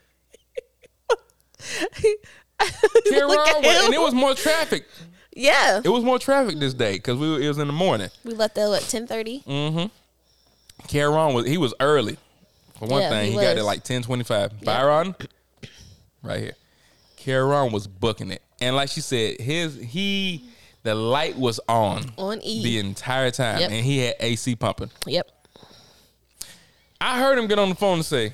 Speaker 1: Kieran, was, and it was more traffic.
Speaker 2: yeah,
Speaker 1: It was more traffic this day because we were- it was in the morning.
Speaker 2: we left that at ten thirty.
Speaker 1: Mm. Kieran was he was early. For one
Speaker 2: Yeah,
Speaker 1: thing, he,
Speaker 2: he
Speaker 1: got
Speaker 2: was.
Speaker 1: it like ten twenty five. Byron, right here. Kieran was booking it, and like she said, his he the light was on
Speaker 2: On E.
Speaker 1: the entire time,
Speaker 2: Yep.
Speaker 1: and he had AC pumping.
Speaker 2: Yep.
Speaker 1: I heard him get on the phone and say,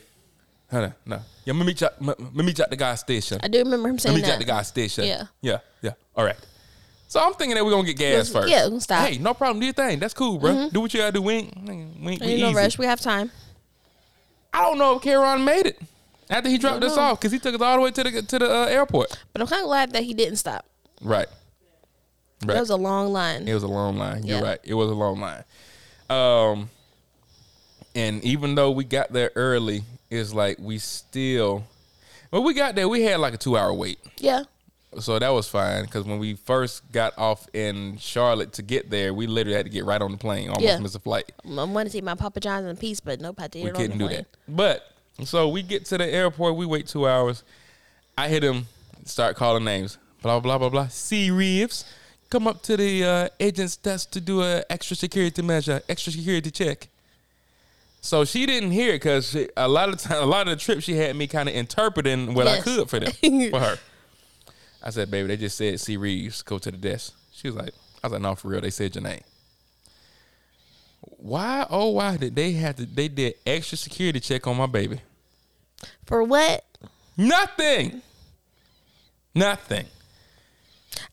Speaker 1: "Hold on, no, yeah, let me check, let me- let me check the gas station.
Speaker 2: I do remember him
Speaker 1: Let
Speaker 2: saying
Speaker 1: me
Speaker 2: that.
Speaker 1: check the gas station.
Speaker 2: Yeah.
Speaker 1: yeah, yeah. All right." So I'm thinking that we're gonna get gas
Speaker 2: Let's-
Speaker 1: first.
Speaker 2: yeah, we'll stop. Mm-hmm.
Speaker 1: Hey, no problem. Do your thing. That's cool, bro. Do what you gotta do. We ain't, we ain't, we ain't
Speaker 2: Ain't no
Speaker 1: easy.
Speaker 2: rush. We have time.
Speaker 1: I don't know if Kieran made it after he dropped
Speaker 2: Don't
Speaker 1: us
Speaker 2: know.
Speaker 1: off because he took us all the way to the to the uh, airport.
Speaker 2: But I'm kind of glad that he didn't stop.
Speaker 1: Right. Right.
Speaker 2: That was a long line.
Speaker 1: it was a long line. You're
Speaker 2: Yeah.
Speaker 1: right. It was a long line. Um, and even though we got there early, it's like we still. When we got there, we had like a two hour wait,
Speaker 2: yeah.
Speaker 1: so that was fine. Because when we first got off in Charlotte to get there, we literally had to get right on the plane, almost
Speaker 2: Yeah.
Speaker 1: missed a flight.
Speaker 2: I wanted to eat my Papa John's in peace, but nope, I did
Speaker 1: We
Speaker 2: it on the
Speaker 1: couldn't do
Speaker 2: plane.
Speaker 1: that. But so we get to the airport, we wait two hours. I hit him, start calling names. Blah blah blah blah. C Reeves, Come up to the uh, agent's desk to do a extra security measure, extra security check. So she didn't hear it because a lot of time, a lot of the trip, she had me kind of interpreting what I
Speaker 2: Yes.
Speaker 1: could for them,
Speaker 2: <laughs>
Speaker 1: for her. I said, "Baby, they just said C Reeves go to the desk." She was like, "I was like, no, for real, they said your name." Why? Oh, why did they have to? They did extra security check on my baby.
Speaker 2: For what?
Speaker 1: Nothing. Nothing.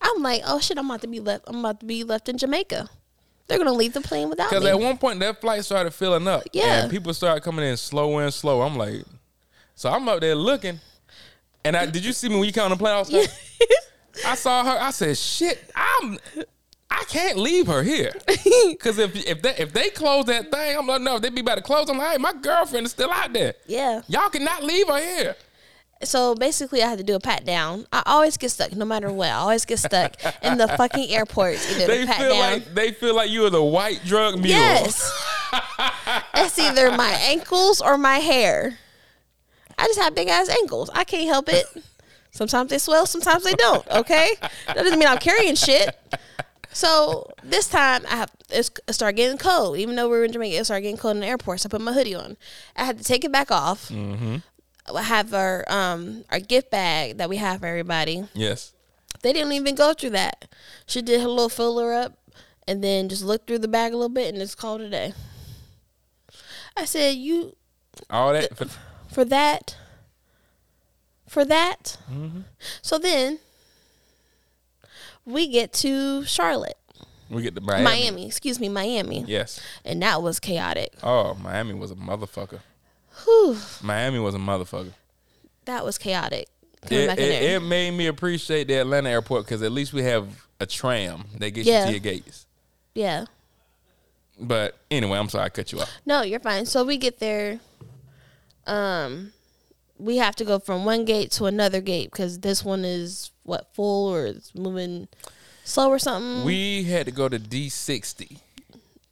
Speaker 2: I'm like, oh shit, I'm about to be left. I'm about to be left in Jamaica. They're gonna leave the plane without
Speaker 1: Because
Speaker 2: me.
Speaker 1: at one point that flight started filling up.
Speaker 2: Yeah.
Speaker 1: And people started coming in slower and slower. I'm like, so I'm up there looking. And I did you see me when you came on the plane? I was like, I saw her. I said, shit, I'm I can't leave her
Speaker 2: <laughs>
Speaker 1: here. Cause if if they if they close that thing, I'm like, no, if they be about to close. I'm like, hey, my girlfriend is still out there.
Speaker 2: <laughs> yeah.
Speaker 1: Y'all cannot leave her here.
Speaker 2: So basically, I had to do a pat down. I always get stuck, no matter what. I always get stuck in the fucking airports. Either
Speaker 1: They
Speaker 2: the pat
Speaker 1: feel
Speaker 2: down.
Speaker 1: like they feel like you are the white drug mule.
Speaker 2: yes. It's either my ankles or my hair. I just have big ass ankles. I can't help it. Sometimes they swell, sometimes they don't. Okay, that doesn't mean I'm carrying shit. So this time I have it's, it started getting cold. Even though we were in Jamaica, it started getting cold in the airport. So I put my hoodie on. I had to take it back off. I have our um our gift bag that we have for everybody.
Speaker 1: Yes.
Speaker 2: They didn't even go through that. She did her little filler up and then just looked through the bag a little bit and just called it a day. I said, You
Speaker 1: All that for,
Speaker 2: for that for that so then we get to Charlotte.
Speaker 1: we get to Miami.
Speaker 2: Miami, excuse me, Miami.
Speaker 1: Yes.
Speaker 2: And that was chaotic.
Speaker 1: Oh, Miami was a motherfucker.
Speaker 2: Whew,
Speaker 1: Miami was a motherfucker.
Speaker 2: that was chaotic. Coming
Speaker 1: It,
Speaker 2: back in
Speaker 1: it,
Speaker 2: there.
Speaker 1: it made me appreciate the Atlanta airport because at least we have a tram that gets you
Speaker 2: Yeah.
Speaker 1: to your gates.
Speaker 2: yeah.
Speaker 1: But anyway, I'm sorry I cut you off.
Speaker 2: No, you're fine. So we get there. Um, we have to go from one gate to another gate because this one is what full or it's moving slow or something.
Speaker 1: We had to go to D60.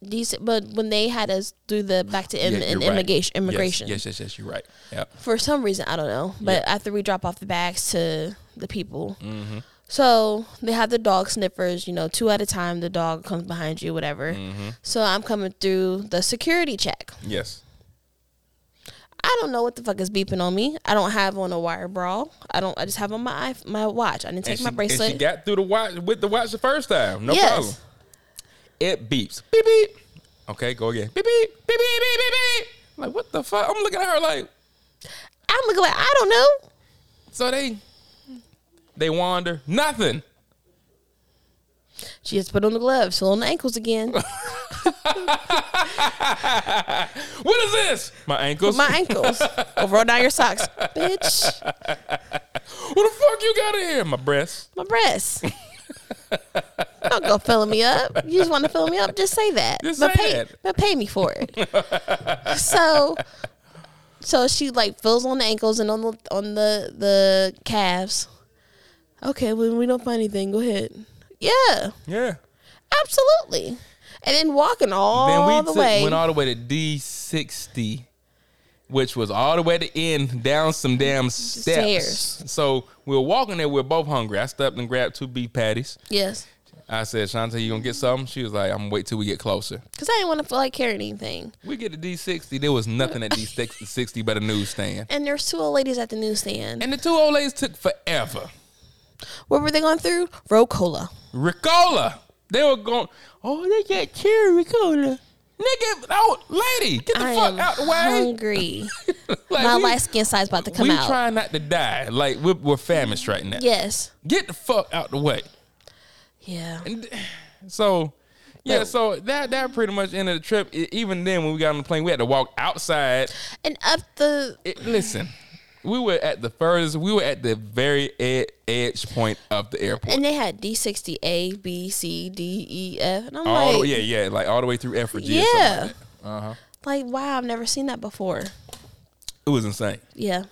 Speaker 2: Decent, but when they had us do the back to in,
Speaker 1: Yeah,
Speaker 2: in
Speaker 1: you're right.
Speaker 2: immigration,
Speaker 1: Yes,
Speaker 2: immigration
Speaker 1: Yes, yes, yes, you're right. Yep.
Speaker 2: for some reason I don't know. But after we drop off the bags to the people,
Speaker 1: Mm-hmm.
Speaker 2: so they have the dog sniffers. You know, two at a time. The dog comes behind you, whatever.
Speaker 1: Mm-hmm.
Speaker 2: So I'm coming through the security check.
Speaker 1: Yes.
Speaker 2: I don't know what the fuck is beeping on me. I don't have on a wire bra. I don't. I just have on my iPh- my watch. I didn't take
Speaker 1: and
Speaker 2: my
Speaker 1: she,
Speaker 2: bracelet.
Speaker 1: And she got through the watch with the watch the first time. No
Speaker 2: Yes.
Speaker 1: problem. It beeps. Beep beep. Okay, go again. Beep beep. Beep beep beep beep beep. Like what the fuck? I'm looking at her like
Speaker 2: I'm looking like I don't know.
Speaker 1: so they they wander nothing.
Speaker 2: She just put on the gloves, so on the
Speaker 1: <laughs>
Speaker 2: ankles again.
Speaker 1: What is this? My ankles.
Speaker 2: my ankles. Overall down
Speaker 1: <laughs>
Speaker 2: your socks, bitch.
Speaker 1: What the fuck you got in here? My breasts.
Speaker 2: My
Speaker 1: <laughs>
Speaker 2: breasts. Don't go filling me up. You just want to fill me up. Just say that.
Speaker 1: Just
Speaker 2: but
Speaker 1: say
Speaker 2: pay,
Speaker 1: that.
Speaker 2: But pay me for
Speaker 1: <laughs>
Speaker 2: it. so, so she like fills on the ankles and on the on the the calves. Okay, well we don't find anything. Go ahead. Yeah,
Speaker 1: Yeah.
Speaker 2: absolutely. And then walking all
Speaker 1: then we
Speaker 2: the
Speaker 1: took,
Speaker 2: way.
Speaker 1: went all the way to D sixty, which was all the way to end down some damn steps.
Speaker 2: Stairs.
Speaker 1: So we were walking there. We were both hungry. I stopped and grabbed two beef patties.
Speaker 2: yes,
Speaker 1: I said, Shantae, you gonna get something? She was like, I'm gonna wait till we get closer.
Speaker 2: because I didn't want to feel like carrying anything.
Speaker 1: We get to D sixty. There was nothing at D sixty but a newsstand.
Speaker 2: And there's two old ladies at the newsstand.
Speaker 1: And the two old ladies took forever.
Speaker 2: what were they going through? Rocola.
Speaker 1: Ricola. They were going. Oh, they got cherry Ricola. Nigga, oh lady, get the
Speaker 2: I
Speaker 1: fuck
Speaker 2: am
Speaker 1: out the way.
Speaker 2: hungry.
Speaker 1: <laughs> Like,
Speaker 2: My
Speaker 1: we-
Speaker 2: light skin side's about to come
Speaker 1: we
Speaker 2: out.
Speaker 1: trying not to die. Like we're, we're famished right now.
Speaker 2: yes.
Speaker 1: Get the fuck out the way.
Speaker 2: Yeah.
Speaker 1: And so, yeah. So that that pretty much ended the trip. E- even then, when we got on the plane, we had to walk outside.
Speaker 2: And up the
Speaker 1: It, listen, we were at the furthest. We were at the very ed- edge point of the airport.
Speaker 2: and they had D sixty A B C D E F and I'm
Speaker 1: all the
Speaker 2: like,
Speaker 1: way, Oh, yeah, yeah, like all the way through Effigy. Yeah,
Speaker 2: yeah,
Speaker 1: like that. Uh-huh.
Speaker 2: like wow, I've never seen that before.
Speaker 1: it was insane.
Speaker 2: Yeah,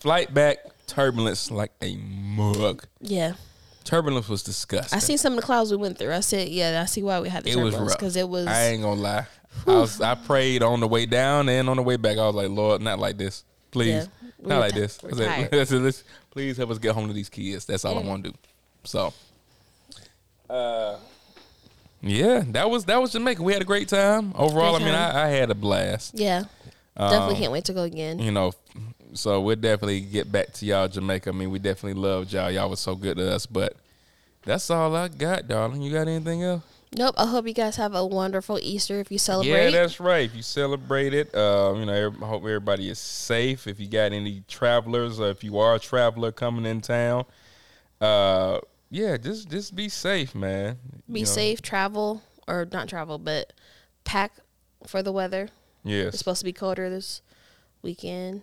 Speaker 1: Flight back, turbulence like a mug.
Speaker 2: yeah.
Speaker 1: Turbulence was disgusting.
Speaker 2: I seen some of the clouds we went through. I said, yeah, I see why we had the
Speaker 1: it was rough
Speaker 2: because it was
Speaker 1: I ain't gonna lie. I was I prayed on the way down and on the way back. I was like, Lord, not like this, please,
Speaker 2: Yeah, we
Speaker 1: not
Speaker 2: were
Speaker 1: like
Speaker 2: ti-
Speaker 1: this.
Speaker 2: we're
Speaker 1: <laughs> I said,
Speaker 2: tired.
Speaker 1: I said, "Let's- please help us get home to these kids. That's all I want to do. So Yeah, that was that was Jamaica. We had a great time overall.
Speaker 2: Great
Speaker 1: I mean,
Speaker 2: time.
Speaker 1: I, I had a blast.
Speaker 2: Yeah.
Speaker 1: Um,
Speaker 2: Definitely can't wait to go again.
Speaker 1: You know, so we'll definitely get back to y'all, Jamaica. I mean, we definitely loved y'all. Y'all was so good to us. But that's all I got, darling. You got anything else?
Speaker 2: Nope. I hope you guys have a wonderful Easter if you
Speaker 1: Yeah,
Speaker 2: celebrate.
Speaker 1: that's right. If you celebrate it, uh, you know, every- I hope everybody is safe. If you got any travelers, or if you are a traveler coming in town, uh, yeah, just just be safe, man.
Speaker 2: Be
Speaker 1: You know,
Speaker 2: safe, travel or not travel, but pack for the weather. It's
Speaker 1: Yes,
Speaker 2: supposed to be colder this weekend.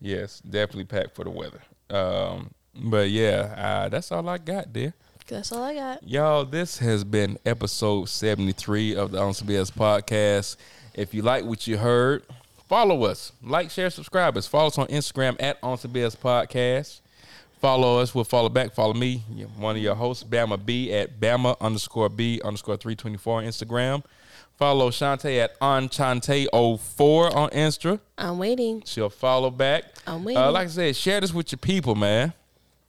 Speaker 1: yes, definitely pack for the weather. Um, but yeah, uh, that's all I got, dear.
Speaker 2: That's all I got.
Speaker 1: Y'all, this has been episode 73 of the On Some BS podcast. If you like what you heard, follow us. Like, share, subscribe us. Follow us on Instagram at On Some BS podcast. Follow us. We'll follow back. Follow me, one of your hosts, Bama B at Bama underscore B underscore 324 on Instagram. Follow Shante at Enchante04 on Insta.
Speaker 2: I'm waiting.
Speaker 1: She'll follow back.
Speaker 2: I'm
Speaker 1: Uh,
Speaker 2: waiting.
Speaker 1: like I said, share this with your people, man.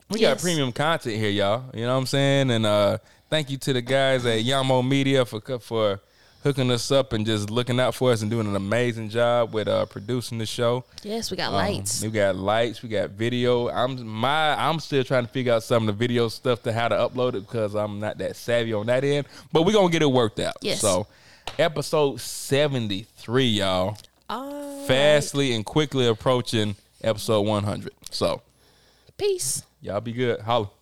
Speaker 1: We got
Speaker 2: Yes.
Speaker 1: premium content here, y'all. You know what I'm saying? And uh, thank you to the guys at Yamo Media for co- for hooking us up and just looking out for us and doing an amazing job with uh, producing the show.
Speaker 2: Yes, we got
Speaker 1: Um,
Speaker 2: lights.
Speaker 1: we got lights. We got video. I'm my. I'm still trying to figure out some of the video stuff to how to upload it because I'm not that savvy on that end. But we're gonna get it worked out.
Speaker 2: Yes.
Speaker 1: So, episode 73, y'all
Speaker 2: All
Speaker 1: fastly and quickly approaching episode 100. So,
Speaker 2: Peace.
Speaker 1: y'all be good. Holla.